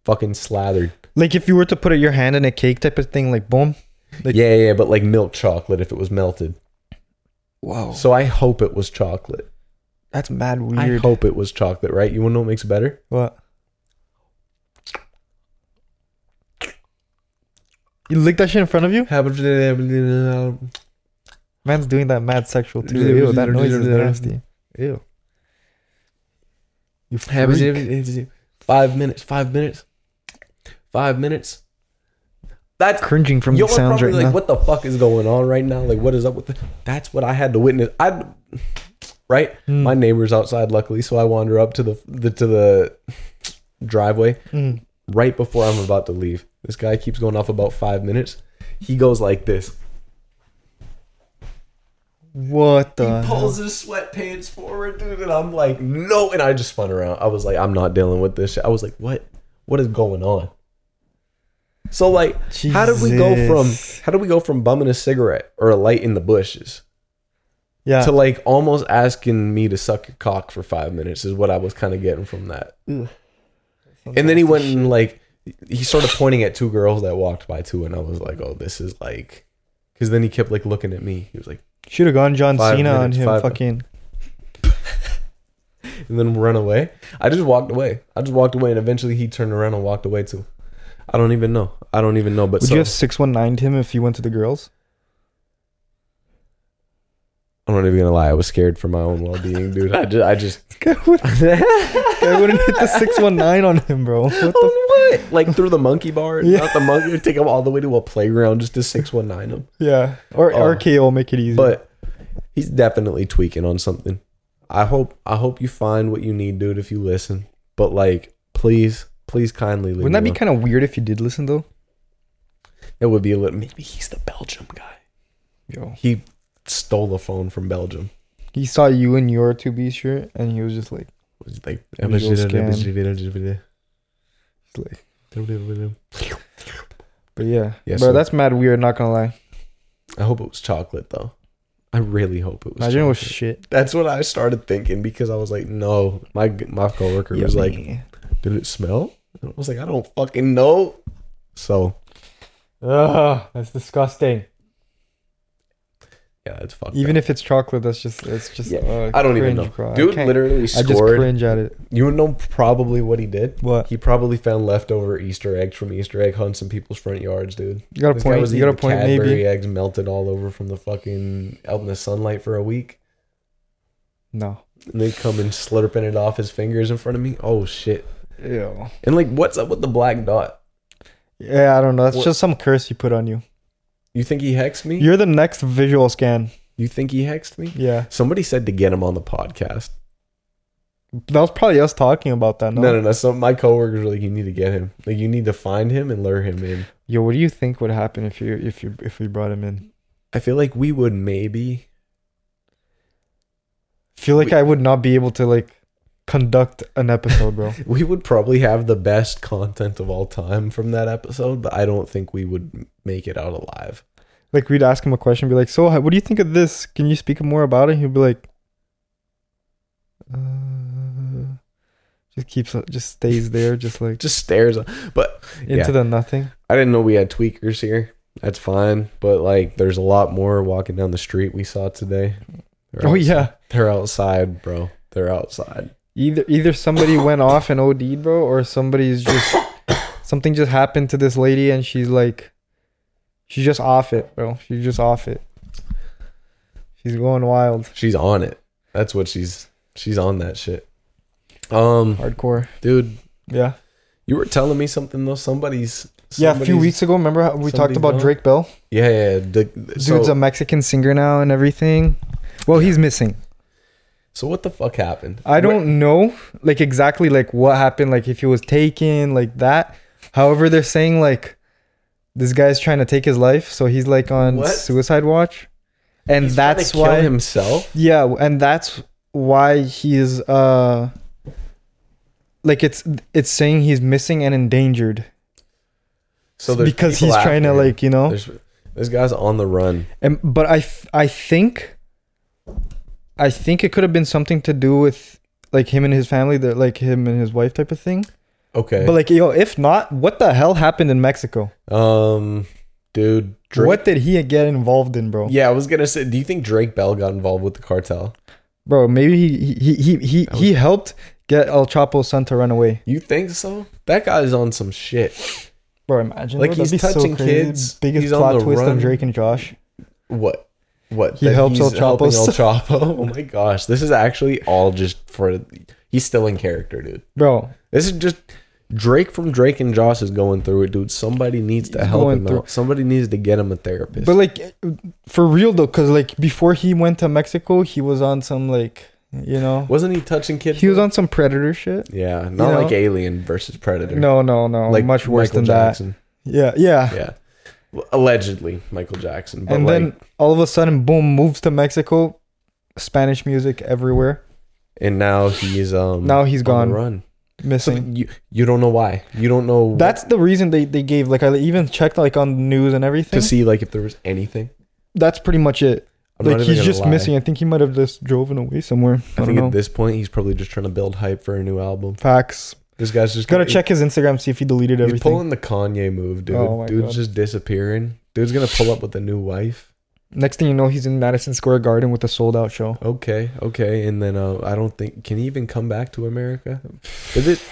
Speaker 1: Fucking slathered.
Speaker 2: Like if you were to put your hand in a cake type of thing, like boom. Like-
Speaker 1: yeah, yeah, but like milk chocolate if it was melted.
Speaker 2: Wow.
Speaker 1: So I hope it was chocolate.
Speaker 2: That's mad
Speaker 1: I hope it was chocolate, right? You wanna know what makes it better?
Speaker 2: What? You licked that shit in front of you? Man's doing that mad sexual too. Ew, that noise is nasty. Ew. You freak.
Speaker 1: Five minutes, five minutes, five minutes. That's
Speaker 2: cringing from
Speaker 1: You're
Speaker 2: the sounds
Speaker 1: probably
Speaker 2: right
Speaker 1: like,
Speaker 2: now.
Speaker 1: what the fuck is going on right now? Like, what is up with the- That's what I had to witness. I, right?
Speaker 2: Mm.
Speaker 1: My neighbor's outside, luckily, so I wander up to the, the to the driveway
Speaker 2: Mm.
Speaker 1: right before I'm about to leave. This guy keeps going off about five minutes. He goes like this.
Speaker 2: What the?
Speaker 1: he
Speaker 2: hell?
Speaker 1: pulls his sweatpants forward, dude, and I'm like, no. And I just spun around. I was like, I'm not dealing with this. Shit. I was like, what? What is going on? So like, how did we go from
Speaker 2: Jesus.
Speaker 1: how did we go from bumming a cigarette or a light in the bushes
Speaker 2: Yeah.
Speaker 1: to like almost asking me to suck your cock for five minutes? Is what I was kind of getting from that. And then he went and like he started pointing at two girls that walked by too, and I was like, oh, this is like, because then he kept like looking at me. He was like,
Speaker 2: Should have gone John
Speaker 1: Five
Speaker 2: Cena
Speaker 1: minutes,
Speaker 2: on him.
Speaker 1: five-
Speaker 2: Fucking.
Speaker 1: and then run away. I just walked away. I just walked away, and eventually he turned around and walked away too. I don't even know. I don't even know. But
Speaker 2: Would
Speaker 1: so,
Speaker 2: you have six one nine him if you went to the girls?
Speaker 1: I'm not even gonna lie. I was scared for my own well being, dude. I just, I just
Speaker 2: Guy would- guy wouldn't hit the six one nine on him, bro. What the
Speaker 1: On what? Like through the monkey bar?
Speaker 2: Yeah.
Speaker 1: Not the monkey. It'd take him all the way to a playground just to six one nine him.
Speaker 2: Yeah, or
Speaker 1: Oh.
Speaker 2: RKO will make it easy.
Speaker 1: But he's definitely tweaking on something. I hope I hope you find what you need, dude. If you listen, but like, please, please kindly leave.
Speaker 2: wouldn't that
Speaker 1: me
Speaker 2: be
Speaker 1: alone.
Speaker 2: kind of weird if you did listen though?
Speaker 1: It would be a little. Maybe he's the Belgium guy.
Speaker 2: Yo,
Speaker 1: He stole a phone from Belgium.
Speaker 2: he saw you in your two B shirt, and he was just like,
Speaker 1: It was like
Speaker 2: Visual he's like, but yeah,
Speaker 1: Yeah,
Speaker 2: bro,
Speaker 1: so-
Speaker 2: that's mad weird. Not gonna lie.
Speaker 1: I hope it was chocolate though. I really hope it was.
Speaker 2: Imagine it was
Speaker 1: chocolate.
Speaker 2: shit.
Speaker 1: That's what I started thinking because I was like, no. My my coworker was like, did it smell? And I was like, I don't fucking know. So
Speaker 2: Ugh, that's disgusting.
Speaker 1: yeah, it's fucked.
Speaker 2: Even
Speaker 1: up.
Speaker 2: if it's chocolate, that's just that's just.
Speaker 1: Yeah,
Speaker 2: uh,
Speaker 1: I don't even
Speaker 2: cringe,
Speaker 1: know,
Speaker 2: bro. I
Speaker 1: dude,
Speaker 2: can't-
Speaker 1: literally
Speaker 2: I just
Speaker 1: scored.
Speaker 2: cringe at it.
Speaker 1: You know probably what he did.
Speaker 2: What?
Speaker 1: He probably found leftover Easter eggs from Easter egg hunts in people's front yards, dude.
Speaker 2: You got a
Speaker 1: This guy
Speaker 2: point.
Speaker 1: was
Speaker 2: You got a
Speaker 1: eating
Speaker 2: point.
Speaker 1: Cadbury
Speaker 2: Maybe.
Speaker 1: eggs melted all over from the fucking out in the sunlight for a week,
Speaker 2: No.
Speaker 1: and they come and slurping it off his fingers in front of me. Oh shit!
Speaker 2: Ew.
Speaker 1: And like, what's up with the black dot?
Speaker 2: Yeah, I don't know. That's
Speaker 1: What-
Speaker 2: just some curse he put on you.
Speaker 1: You think he hexed me?
Speaker 2: You're the next visual scan.
Speaker 1: you think he hexed me?
Speaker 2: Yeah,
Speaker 1: Somebody said to get him on the podcast.
Speaker 2: that was probably us talking about that.
Speaker 1: No, no, no. So my coworkers were like, "You need to get him. Like, you need to find him and lure him in."
Speaker 2: Yo, what do you think would happen if you if you if we brought him in?
Speaker 1: I feel like we would maybe.
Speaker 2: I feel like
Speaker 1: We-
Speaker 2: I would not be able to like conduct an episode, bro.
Speaker 1: We would probably have the best content of all time from that episode, but I don't think we would m- make it out alive.
Speaker 2: like we'd ask him a question, be like, "So, what do you think of this? Can you speak more about it?" He'd be like, uh, "Just keeps uh, just stays there, just like
Speaker 1: Just stares. up- But
Speaker 2: into
Speaker 1: Yeah.
Speaker 2: the nothing."
Speaker 1: I didn't know we had tweakers here. That's fine, but like, there's a lot more walking down the street we saw today. They're
Speaker 2: Oh
Speaker 1: outs-
Speaker 2: yeah,
Speaker 1: they're outside, bro. They're outside.
Speaker 2: either either somebody went off and OD'd, bro, or somebody's just something just happened to this lady and she's like she's just off it, bro. She's just off it. She's going wild.
Speaker 1: She's on it. That's what she's. She's on that shit. Um,
Speaker 2: Hardcore.
Speaker 1: dude.
Speaker 2: Yeah.
Speaker 1: You were telling me something though. Somebody's,
Speaker 2: yeah, a few
Speaker 1: somebody's-
Speaker 2: weeks ago, remember how we talked
Speaker 1: somebody's
Speaker 2: about
Speaker 1: on?
Speaker 2: Drake Bell?
Speaker 1: Yeah, yeah. yeah. The,
Speaker 2: Dude's
Speaker 1: so
Speaker 2: a Mexican singer now and everything. Well, he's missing.
Speaker 1: So what the fuck happened?
Speaker 2: I don't know like exactly like what happened, like if he was taken, like that. However, they're saying like this guy's trying to take his life, so he's like on
Speaker 1: What?
Speaker 2: suicide watch. And
Speaker 1: He's trying to
Speaker 2: that's
Speaker 1: kill
Speaker 2: why
Speaker 1: himself.
Speaker 2: Yeah, and that's why he's uh like it's it's saying he's missing and endangered.
Speaker 1: So there's
Speaker 2: because
Speaker 1: people
Speaker 2: he's trying to
Speaker 1: after him.
Speaker 2: like, you know.
Speaker 1: There's, this guy's on the run.
Speaker 2: And but I f- I think I think it could have been something to do with like him and his family, that like him and his wife type of thing.
Speaker 1: Okay.
Speaker 2: But like yo, if not, what the hell happened in Mexico?
Speaker 1: um, dude, Drake.
Speaker 2: What did he get involved in, bro?
Speaker 1: Yeah, I was gonna say. Do you think Drake Bell got involved with the cartel?
Speaker 2: Bro, maybe he he he he, he helped get El Chapo's son to run away.
Speaker 1: You think so? That guy's on some shit.
Speaker 2: Bro, imagine
Speaker 1: Like,
Speaker 2: bro, that'd
Speaker 1: he's
Speaker 2: be so
Speaker 1: touching
Speaker 2: crazy.
Speaker 1: kids,
Speaker 2: Biggest
Speaker 1: he's on
Speaker 2: plot
Speaker 1: the
Speaker 2: twist
Speaker 1: run.
Speaker 2: of Drake and Josh.
Speaker 1: What? What?
Speaker 2: He
Speaker 1: that
Speaker 2: helps El
Speaker 1: he's helping
Speaker 2: Chapo.
Speaker 1: El Chapo. Oh my gosh, this is actually all just for. He's still in character, dude.
Speaker 2: Bro,
Speaker 1: This is just Drake from Drake and Josh is going through it, dude. Somebody needs to
Speaker 2: He's
Speaker 1: help
Speaker 2: going
Speaker 1: him
Speaker 2: through-
Speaker 1: out. Somebody needs to get him a therapist.
Speaker 2: but like for real though, cause like before he went to Mexico, he was on some like you know
Speaker 1: Wasn't he touching kids?
Speaker 2: he was
Speaker 1: though?
Speaker 2: on some predator shit.
Speaker 1: Yeah, not
Speaker 2: know?
Speaker 1: like Alien versus Predator.
Speaker 2: No, no, no,
Speaker 1: like
Speaker 2: much worse
Speaker 1: Michael
Speaker 2: than
Speaker 1: Jackson.
Speaker 2: that. Yeah, yeah.
Speaker 1: Yeah, Well, allegedly Michael Jackson. But
Speaker 2: and
Speaker 1: like,
Speaker 2: then all of a sudden, boom, moves to Mexico, Spanish music everywhere.
Speaker 1: and now he's um
Speaker 2: Now he's
Speaker 1: on the
Speaker 2: gone.
Speaker 1: run. So
Speaker 2: Missing.
Speaker 1: you you don't know why. You don't know
Speaker 2: That's the reason they, they gave. Like I even checked like on the news and everything.
Speaker 1: to see like if there was anything.
Speaker 2: That's pretty much it.
Speaker 1: I'm
Speaker 2: like
Speaker 1: not even
Speaker 2: he's
Speaker 1: gonna
Speaker 2: just
Speaker 1: lie.
Speaker 2: missing. I think he might have just driven away somewhere. I,
Speaker 1: I,
Speaker 2: don't
Speaker 1: think
Speaker 2: know.
Speaker 1: at this point he's probably just trying to build hype for a new album.
Speaker 2: Facts.
Speaker 1: This guy's just
Speaker 2: Gotta check his Instagram see if he deleted
Speaker 1: He's
Speaker 2: everything.
Speaker 1: pulling the Kanye move, dude.
Speaker 2: Oh my
Speaker 1: Dude's
Speaker 2: God.
Speaker 1: just disappearing. Dude's gonna pull up with a new wife.
Speaker 2: Next thing you know, he's in Madison Square Garden with a sold out show.
Speaker 1: Okay, okay, and then uh, I don't think can he even come back to America? Is it?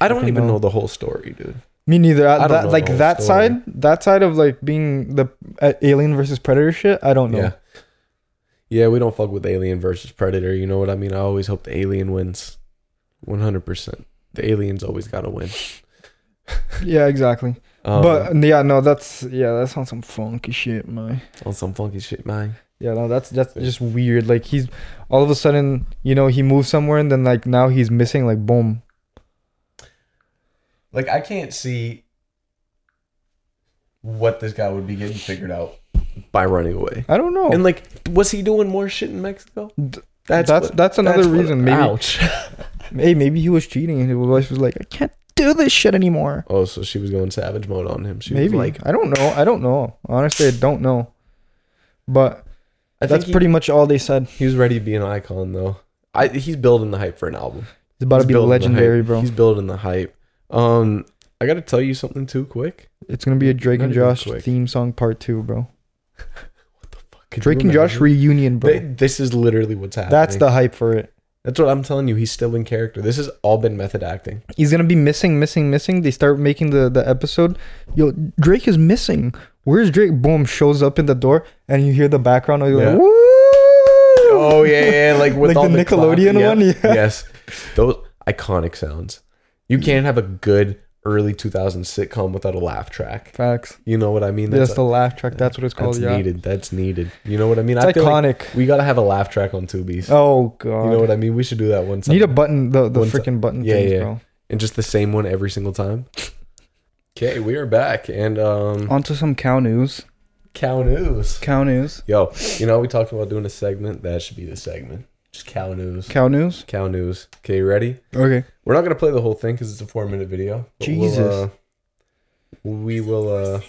Speaker 1: I don't
Speaker 2: fucking
Speaker 1: even
Speaker 2: know.
Speaker 1: know the whole story, dude.
Speaker 2: Me neither. I,
Speaker 1: I don't
Speaker 2: that,
Speaker 1: know
Speaker 2: like
Speaker 1: the whole
Speaker 2: that
Speaker 1: story.
Speaker 2: side, that side of like being the uh, alien versus predator shit. I don't know.
Speaker 1: Yeah. Yeah, we don't fuck with Alien versus Predator. You know what I mean? I always hope the alien wins. 100%. The alien's always got to win.
Speaker 2: Yeah, exactly.
Speaker 1: Um,
Speaker 2: but yeah, no, that's yeah, that's on some funky shit, man.
Speaker 1: on some funky shit, man.
Speaker 2: Yeah, no, that's that's just weird. Like he's all of a sudden, you know, he moved somewhere and then like now he's missing. Like boom.
Speaker 1: Like, I can't see what this guy would be getting figured out Oh. by running away.
Speaker 2: I don't know.
Speaker 1: And, like, was he doing more shit in Mexico?
Speaker 2: Th-
Speaker 1: That's
Speaker 2: that's
Speaker 1: what-
Speaker 2: that's another
Speaker 1: what-
Speaker 2: reason. Maybe
Speaker 1: Ouch.
Speaker 2: hey, maybe he was cheating and his wife was like, I can't do this shit anymore.
Speaker 1: oh, so she was going savage mode on him. She
Speaker 2: maybe
Speaker 1: was like,
Speaker 2: I don't know. I don't know. Honestly, I don't know. But
Speaker 1: I
Speaker 2: that's
Speaker 1: think he,
Speaker 2: pretty much all they said.
Speaker 1: he was ready to be an icon, though. I, he's building the hype for an album.
Speaker 2: It's about
Speaker 1: He's
Speaker 2: to be
Speaker 1: building the hype.
Speaker 2: legendary, bro.
Speaker 1: He's building the hype. Um, I gotta tell you something too quick.
Speaker 2: It's gonna be a Drake
Speaker 1: Not
Speaker 2: and
Speaker 1: even
Speaker 2: Josh
Speaker 1: quick.
Speaker 2: theme song part two, bro.
Speaker 1: Could
Speaker 2: Drake
Speaker 1: you
Speaker 2: and Josh
Speaker 1: imagine?
Speaker 2: reunion, bro.
Speaker 1: They- this is literally what's happening.
Speaker 2: That's the hype for it.
Speaker 1: That's what I'm telling you. He's still in character. This has all been method acting.
Speaker 2: He's gonna be missing, missing, missing. They start making the the episode. Yo, Drake is missing. Where's Drake? Boom, shows up in the door, and you hear the background. And you're
Speaker 1: Yeah.
Speaker 2: like, Woo!
Speaker 1: Oh yeah, yeah. Like with
Speaker 2: Like
Speaker 1: all
Speaker 2: the
Speaker 1: the clout-
Speaker 2: Nickelodeon one? Yeah.
Speaker 1: Yes, those iconic sounds. You can't have a good early 2000s sitcom without a laugh track.
Speaker 2: Facts.
Speaker 1: You know what I mean?
Speaker 2: That's
Speaker 1: That's,
Speaker 2: the laugh track. That's what it's called.
Speaker 1: that's
Speaker 2: yeah.
Speaker 1: needed. That's needed. You know what I mean?
Speaker 2: It's
Speaker 1: I feel like
Speaker 2: iconic.
Speaker 1: we gotta have a laugh track on Tubies.
Speaker 2: oh god.
Speaker 1: You know what I mean? We should do that one time.
Speaker 2: Need a button. The the
Speaker 1: One ti-
Speaker 2: freaking button
Speaker 1: Yeah,
Speaker 2: things,
Speaker 1: yeah.
Speaker 2: bro.
Speaker 1: and just the same one every single time. Okay, we are back and um
Speaker 2: Onto some cow news.
Speaker 1: cow news.
Speaker 2: Cow news.
Speaker 1: Yo, you know we talked about doing a segment. That should be the segment. Just cow news.
Speaker 2: Cow news.
Speaker 1: Cow news. Okay, you ready?
Speaker 2: Okay.
Speaker 1: We're not gonna play the whole thing because it's a four minute video. but we'll,
Speaker 2: Jesus.
Speaker 1: uh, we will. uh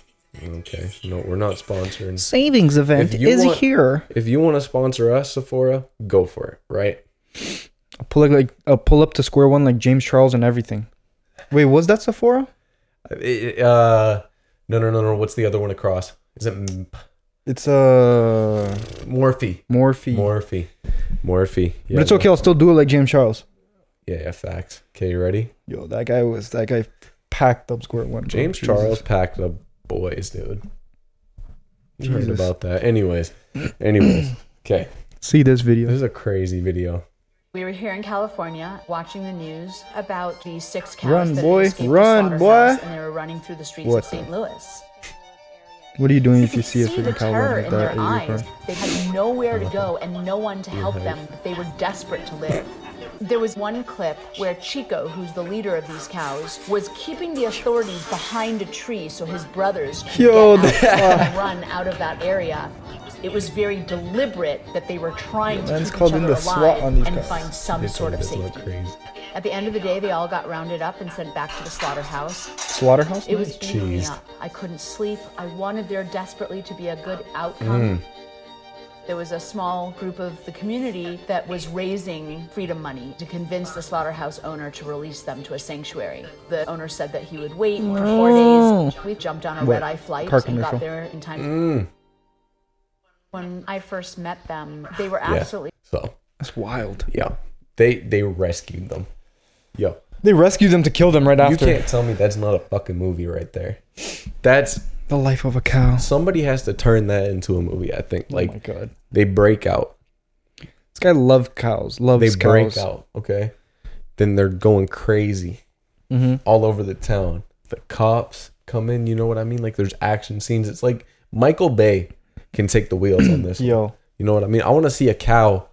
Speaker 1: Okay, no, we're not sponsoring.
Speaker 2: Savings event
Speaker 1: If you is want-
Speaker 2: here.
Speaker 1: If you want to sponsor us, Sephora, go for it. Right?
Speaker 2: A pull like, like a pull up to square one like James Charles and everything. Wait, was that Sephora?
Speaker 1: It- uh, no, no, no, no. What's the other one across? Is it M-
Speaker 2: It's uh
Speaker 1: Morphe?
Speaker 2: Morphe.
Speaker 1: Morphe. Morphe. Yeah,
Speaker 2: but it's
Speaker 1: no.
Speaker 2: okay, I'll still do it like James Charles.
Speaker 1: Yeah, yeah, facts. Okay, you ready?
Speaker 2: Yo, that guy was that guy packed up square one. bro.
Speaker 1: James
Speaker 2: Oh, Jesus.
Speaker 1: Charles packed the boys, dude. You heard
Speaker 2: Jesus.
Speaker 1: about that. Anyways, anyways. Okay,
Speaker 2: See
Speaker 1: this
Speaker 2: this video.
Speaker 1: is a crazy video.
Speaker 3: We were here in California watching the news about these six cows
Speaker 2: Run,
Speaker 3: that
Speaker 2: boy.
Speaker 3: had escaped the
Speaker 2: Run,
Speaker 3: slaughterhouse
Speaker 2: boy.
Speaker 3: and they were running through the streets
Speaker 2: What
Speaker 3: of St. Louis.
Speaker 2: What are you doing if you
Speaker 3: could
Speaker 2: see a
Speaker 3: the
Speaker 2: freaking cowboy
Speaker 3: terror
Speaker 2: like that?
Speaker 3: in their
Speaker 2: in your
Speaker 3: eyes.
Speaker 2: car?
Speaker 3: They had nowhere to go and no one to help them. They were desperate to live. There was one clip where Chico, who's the leader of these cows, was keeping the authorities behind a tree so his brothers could
Speaker 2: Yo,
Speaker 3: get out and run out of that area. It was very deliberate that they were trying to
Speaker 2: man's
Speaker 3: keep
Speaker 2: called
Speaker 3: each
Speaker 2: in
Speaker 3: other
Speaker 2: the SWAT
Speaker 3: alive
Speaker 2: on these
Speaker 3: and
Speaker 2: guys.
Speaker 3: find some sort of
Speaker 1: It's not
Speaker 3: safety.
Speaker 1: crazy.
Speaker 3: At the end of the day, they all got rounded up and sent back to the slaughterhouse.
Speaker 2: Slaughterhouse?
Speaker 3: It was beating me
Speaker 1: Jeez.
Speaker 3: up. I couldn't sleep. I wanted there desperately to be a good outcome. There was a small group of the community that was raising freedom money to convince the slaughterhouse owner to release them to a sanctuary. The owner said that he would wait for four days. We jumped on a
Speaker 2: Wait,
Speaker 3: red eye flight
Speaker 2: car
Speaker 3: and got
Speaker 2: commercial.
Speaker 3: there in
Speaker 1: Mm.
Speaker 3: time. When I first met them, they were
Speaker 1: Yeah.
Speaker 3: absolutely
Speaker 1: So
Speaker 2: That's wild.
Speaker 1: yeah, they they rescued them. Yo,
Speaker 2: They rescued them to kill them right
Speaker 1: you
Speaker 2: after.
Speaker 1: can't tell me that's not a fucking movie right there. That's
Speaker 2: The life of a cow.
Speaker 1: somebody has to turn that into a movie. I think
Speaker 2: oh
Speaker 1: like
Speaker 2: my god.
Speaker 1: they break out,
Speaker 2: This guy loved cows. Loves
Speaker 1: they
Speaker 2: cows.
Speaker 1: break out. Okay, then they're going crazy
Speaker 2: Mm-hmm.
Speaker 1: all over the town. The cops come in. You know what I mean? Like there's action scenes. It's like Michael Bay can take the wheels on this.
Speaker 2: Yo,
Speaker 1: You know what I mean? I want to see a cow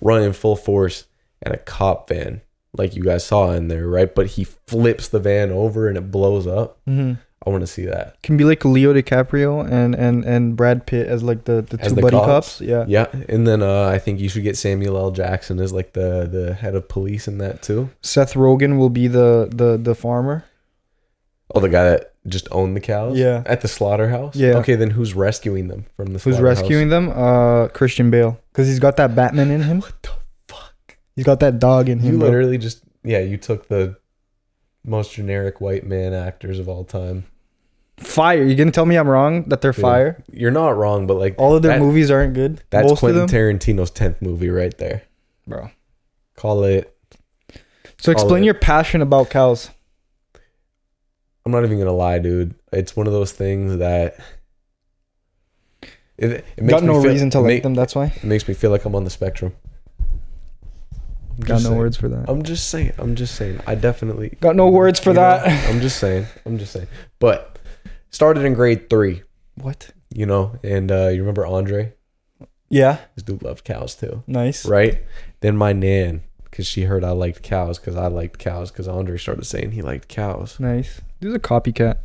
Speaker 1: run in full force and a cop van, like you guys saw in there, right? But he flips the van over and it blows up.
Speaker 2: hmm
Speaker 1: I want to see that.
Speaker 2: can be like Leo DiCaprio and and and Brad Pitt as like the the
Speaker 1: As
Speaker 2: two
Speaker 1: the
Speaker 2: buddy
Speaker 1: cops?
Speaker 2: cops. Yeah.
Speaker 1: Yeah, and then uh, I think you should get Samuel L. Jackson as like the the head of police in that too.
Speaker 2: Seth Rogen will be the the the farmer.
Speaker 1: Oh, the guy that just owned the cows.
Speaker 2: Yeah.
Speaker 1: at the slaughterhouse.
Speaker 2: Yeah.
Speaker 1: Okay, then who's rescuing them from the?
Speaker 2: Who's
Speaker 1: slaughterhouse?
Speaker 2: rescuing them? Uh, Christian Bale, because he's got that Batman in him.
Speaker 1: What the fuck?
Speaker 2: He's got that dog in
Speaker 1: You
Speaker 2: him. bro.
Speaker 1: literally just yeah, you took the most generic white man actors of all time.
Speaker 2: Fire. You gonna tell me I'm wrong that they're
Speaker 1: Dude,
Speaker 2: fire?
Speaker 1: You're not wrong, but like
Speaker 2: All of their
Speaker 1: that-
Speaker 2: movies aren't good.
Speaker 1: That's
Speaker 2: Most
Speaker 1: Quentin
Speaker 2: of them,
Speaker 1: Tarantino's tenth movie right there.
Speaker 2: bro.
Speaker 1: Call it.
Speaker 2: So
Speaker 1: All of
Speaker 2: explain
Speaker 1: it.
Speaker 2: your passion about cows.
Speaker 1: I'm not even gonna lie, dude. It's one of those things that it, it makes
Speaker 2: Got
Speaker 1: me
Speaker 2: no
Speaker 1: feel,
Speaker 2: reason to
Speaker 1: it
Speaker 2: like
Speaker 1: ma-
Speaker 2: them. That's why.
Speaker 1: It makes me feel like I'm on the spectrum. I'm
Speaker 2: Got
Speaker 1: just
Speaker 2: no
Speaker 1: saying.
Speaker 2: words for that.
Speaker 1: I'm just saying. I'm just saying. I definitely
Speaker 2: Got no words for
Speaker 1: you know,
Speaker 2: that.
Speaker 1: I'm just saying. I'm just saying. But started in grade three,
Speaker 2: What?
Speaker 1: you know, and uh, you remember Andre?
Speaker 2: Yeah.
Speaker 1: This dude loved cows too.
Speaker 2: Nice.
Speaker 1: right? Then my nan, because she heard I liked cows, because I liked cows, because Andre started saying he liked cows.
Speaker 2: Nice. Dude's a copycat.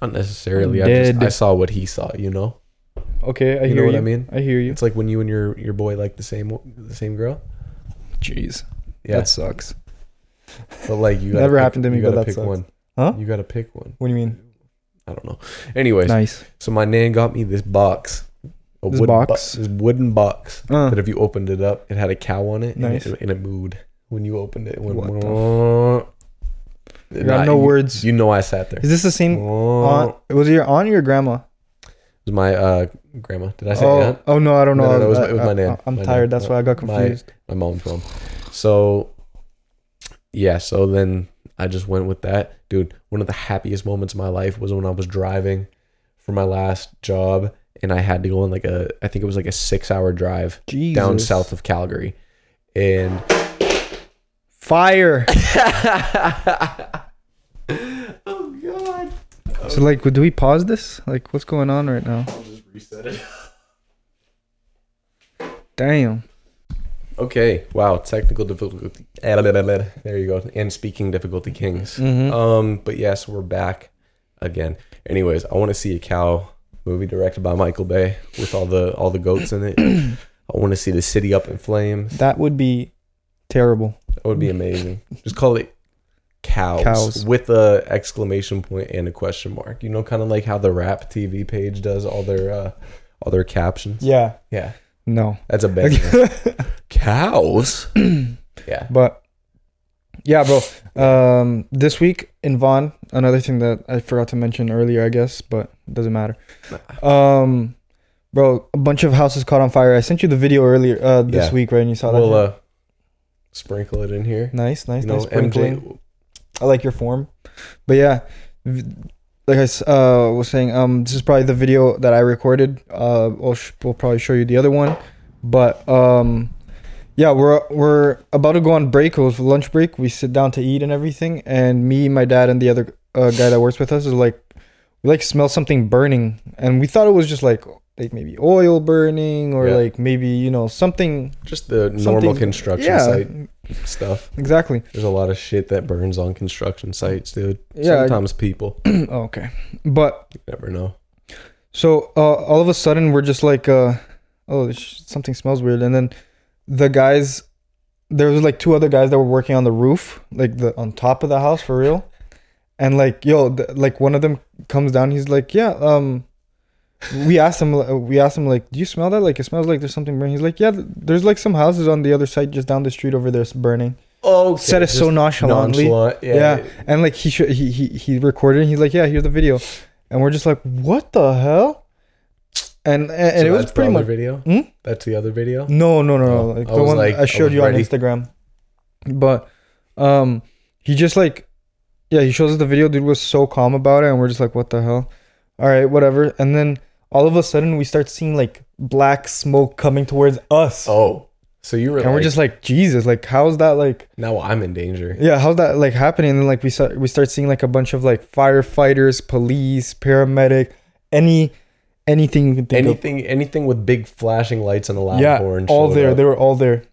Speaker 1: Not necessarily. I just
Speaker 2: Dead.
Speaker 1: I saw what he saw. You know,
Speaker 2: Okay, I
Speaker 1: You know
Speaker 2: hear
Speaker 1: what
Speaker 2: you.
Speaker 1: I mean?
Speaker 2: I hear you.
Speaker 1: it's like when you and your your boy like the same the same girl.
Speaker 2: Jeez,
Speaker 1: Yeah,
Speaker 2: that sucks.
Speaker 1: but like you gotta
Speaker 2: never
Speaker 1: pick-
Speaker 2: happened to me,
Speaker 1: You
Speaker 2: but
Speaker 1: gotta
Speaker 2: that
Speaker 1: pick
Speaker 2: sucks.
Speaker 1: one.
Speaker 2: Huh?
Speaker 1: You gotta pick one.
Speaker 2: What do you mean?
Speaker 1: I don't know. Anyways,
Speaker 2: Nice.
Speaker 1: so my nan got me this box. A
Speaker 2: This
Speaker 1: wooden
Speaker 2: box?
Speaker 1: this wooden box
Speaker 2: Uh.
Speaker 1: that if you opened it up, it had a cow on it,
Speaker 2: Nice.
Speaker 1: and, it and it moved when you opened it. it went,
Speaker 2: What the
Speaker 1: And
Speaker 2: You got
Speaker 1: I-
Speaker 2: no words.
Speaker 1: You know I sat there.
Speaker 2: Is this the same?
Speaker 1: Oh.
Speaker 2: Aunt, was it your aunt or your grandma?
Speaker 1: It was my uh, grandma. Did I say
Speaker 2: oh,
Speaker 1: aunt?
Speaker 2: oh no, I don't
Speaker 1: No,
Speaker 2: know.
Speaker 1: no, no,
Speaker 2: I
Speaker 1: it was my- it was my nan.
Speaker 2: I, am
Speaker 1: My
Speaker 2: tired.
Speaker 1: nan.
Speaker 2: That's why I got
Speaker 1: My-
Speaker 2: confused.
Speaker 1: My mom's mom. So, yeah. So then I just went with that, dude. One of the happiest moments of my life was when I was driving for my last job, and I had to go on like a, I think it was like a six-hour drive
Speaker 2: Jesus.
Speaker 1: down south of Calgary, and
Speaker 2: Fire.
Speaker 1: oh god,
Speaker 2: so like, do we pause this? Like, what's going on right now?
Speaker 1: I'll just reset it.
Speaker 2: Damn.
Speaker 1: Okay. Wow. Technical difficulty. There you go. And speaking difficulty kings.
Speaker 2: Mhm.
Speaker 1: Um. But yes, we're back again. Anyways, I want to see a cow movie directed by Michael Bay with all the all the goats in it. I want to see the city up in flames.
Speaker 2: That would be terrible.
Speaker 1: That would be amazing. Just call it cows,
Speaker 2: Cows.
Speaker 1: with a exclamation point and a question mark. You know, kind of like how the rap TV page does all their uh, all their captions.
Speaker 2: Yeah.
Speaker 1: Yeah,
Speaker 2: No.
Speaker 1: that's a banger. cows. Yeah.
Speaker 2: But yeah, bro. Um, this week in Vaughn, another thing that I forgot to mention earlier, I guess, but it doesn't matter. Um, bro, a bunch of houses caught on fire. I sent you the video earlier uh, this
Speaker 1: Yeah.
Speaker 2: week, right? And you saw that.
Speaker 1: We'll
Speaker 2: thing?
Speaker 1: uh, sprinkle it in here.
Speaker 2: nice, nice,
Speaker 1: you know,
Speaker 2: nice sprinkling.
Speaker 1: MJ.
Speaker 2: I like your form, but yeah, v- like I s- uh, was saying, um, this is probably the video that I recorded. Uh, we'll, sh- we'll probably show you the other one, but um, yeah, we're we're about to go on break. It was lunch break. We sit down to eat and everything, and me, my dad, and the other uh, guy that works with us is like, we like smelled something burning, and we thought it was just like like maybe oil burning or
Speaker 1: Yeah.
Speaker 2: like maybe you know something
Speaker 1: Just the normal
Speaker 2: something-
Speaker 1: construction
Speaker 2: yeah,
Speaker 1: site stuff.
Speaker 2: Exactly.
Speaker 1: There's a lot of shit that burns on construction sites, dude.
Speaker 2: Yeah.
Speaker 1: Sometimes people you
Speaker 2: Oh, okay, but
Speaker 1: never know.
Speaker 2: So uh, all of a sudden we're just like, uh, oh, sh- something smells weird. And then the guys, there was like two other guys that were working on the roof, like the on top of the house for real. And like, yo, th- like one of them comes down. He's like, yeah, um, we asked him, uh, we asked him like, do you smell that? Like it smells like there's something burning. He's like, yeah, th- there's like some houses on the other side, just down the street over there, it's burning.
Speaker 1: Oh,
Speaker 2: Said it so nonchalantly.
Speaker 1: Yeah.
Speaker 2: Yeah. And like he should he he he recorded it and he's like, Yeah, here's the video. And we're just like, What the hell? And and, and
Speaker 1: So
Speaker 2: it was
Speaker 1: that's the
Speaker 2: pretty
Speaker 1: other
Speaker 2: much
Speaker 1: video.
Speaker 2: Hmm?
Speaker 1: That's the other video.
Speaker 2: No, no, no, no.
Speaker 1: Oh,
Speaker 2: Like
Speaker 1: I
Speaker 2: the
Speaker 1: was
Speaker 2: one
Speaker 1: like-
Speaker 2: I
Speaker 1: I
Speaker 2: showed
Speaker 1: was
Speaker 2: you on
Speaker 1: ready.
Speaker 2: Instagram. But um he just like yeah, he shows us the video, dude was so calm about it, and we're just like, What the hell? Alright, whatever. And then all of a sudden we start seeing like black smoke coming towards us.
Speaker 1: Oh, so you were
Speaker 2: and we're just like, Jesus, like how's that like
Speaker 1: now I'm in danger.
Speaker 2: yeah how's that like happening and then like we start we start seeing like a bunch of like firefighters police paramedic any anything you can think
Speaker 1: Anything, anything with big flashing lights and a loud
Speaker 2: of yeah
Speaker 1: horn.
Speaker 2: all
Speaker 1: showed
Speaker 2: there
Speaker 1: up.
Speaker 2: they were all there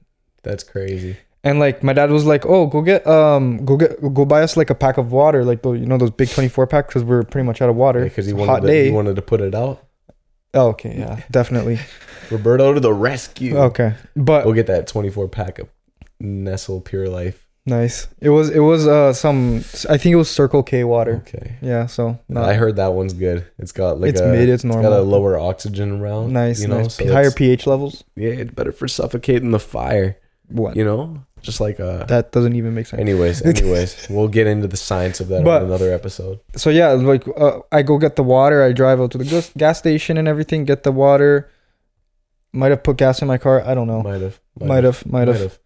Speaker 1: That's crazy.
Speaker 2: and like my dad was like oh go get um go get go buy us like a pack of water like the, you know those big 24 packs because we're pretty much out of water
Speaker 1: Because he
Speaker 2: It's a
Speaker 1: wanted,
Speaker 2: hot
Speaker 1: to,
Speaker 2: day
Speaker 1: he wanted to put it out.
Speaker 2: oh, okay yeah definitely
Speaker 1: Roberto to the rescue.
Speaker 2: okay but
Speaker 1: We'll get that 24 pack of Nestle Pure Life.
Speaker 2: nice it was it was uh some i think it was circle k water
Speaker 1: Okay.
Speaker 2: yeah so
Speaker 1: Oh. I
Speaker 2: not,
Speaker 1: heard that one's good. It's got like
Speaker 2: it's
Speaker 1: a
Speaker 2: mid it's
Speaker 1: it's got a
Speaker 2: normal
Speaker 1: lower oxygen round.
Speaker 2: nice
Speaker 1: you know,
Speaker 2: nice
Speaker 1: so
Speaker 2: higher
Speaker 1: it's-
Speaker 2: ph levels
Speaker 1: Yeah, it's better for suffocating the fire.
Speaker 2: what
Speaker 1: You know, just like uh.
Speaker 2: that doesn't even make sense
Speaker 1: Anyways, anyways, we'll get into the science of that
Speaker 2: But-
Speaker 1: on another episode.
Speaker 2: so yeah, like uh, I go get the water. I drive out to the gas, gas station and everything. Get the water. Might have put gas in my car. I don't know.
Speaker 1: Might have,
Speaker 2: Oh. Might have. Might have.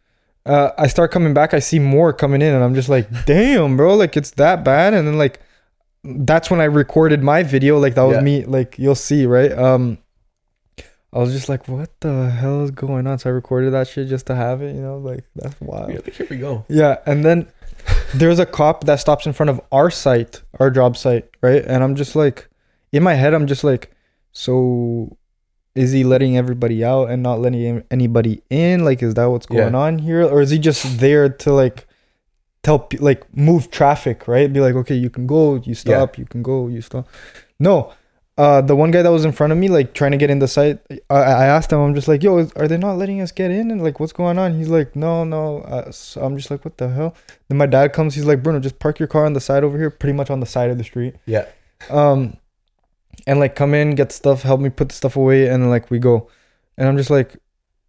Speaker 2: Uh, I start coming back. I see more coming in, and I'm just like, damn, bro, like it's that bad. And then like, that's when I recorded my video. Like that was
Speaker 1: Yeah.
Speaker 2: me. Like you'll see, right? Um, I was just like, what the hell is going on? So I recorded that shit just to have it. You know, like that's wild.
Speaker 1: Yeah, like, here we go.
Speaker 2: Yeah, and then there's a cop that stops in front of our site, our job site, right? And I'm just like, in my head, I'm just like, so is he letting everybody out and not letting em- anybody in? Like, is that what's
Speaker 1: Yeah.
Speaker 2: going on here, or is he just there to like tell, pe- like, move traffic, right? Be like, okay, you can go, you stop, you can go, you stop. No. Uh, the one guy that was in front of me, like trying to get in the site, I, I asked him. I'm just like, "Yo, is, are they not letting us get in?" And like, "What's going on?" He's like, "No, no." Uh, so I'm just like, "What the hell?" Then my dad comes. He's like, "Bruno, just park your car on the side over here, pretty much on the side of the street."
Speaker 1: Yeah.
Speaker 2: um and like come in get stuff help me put the stuff away and like we go and i'm just like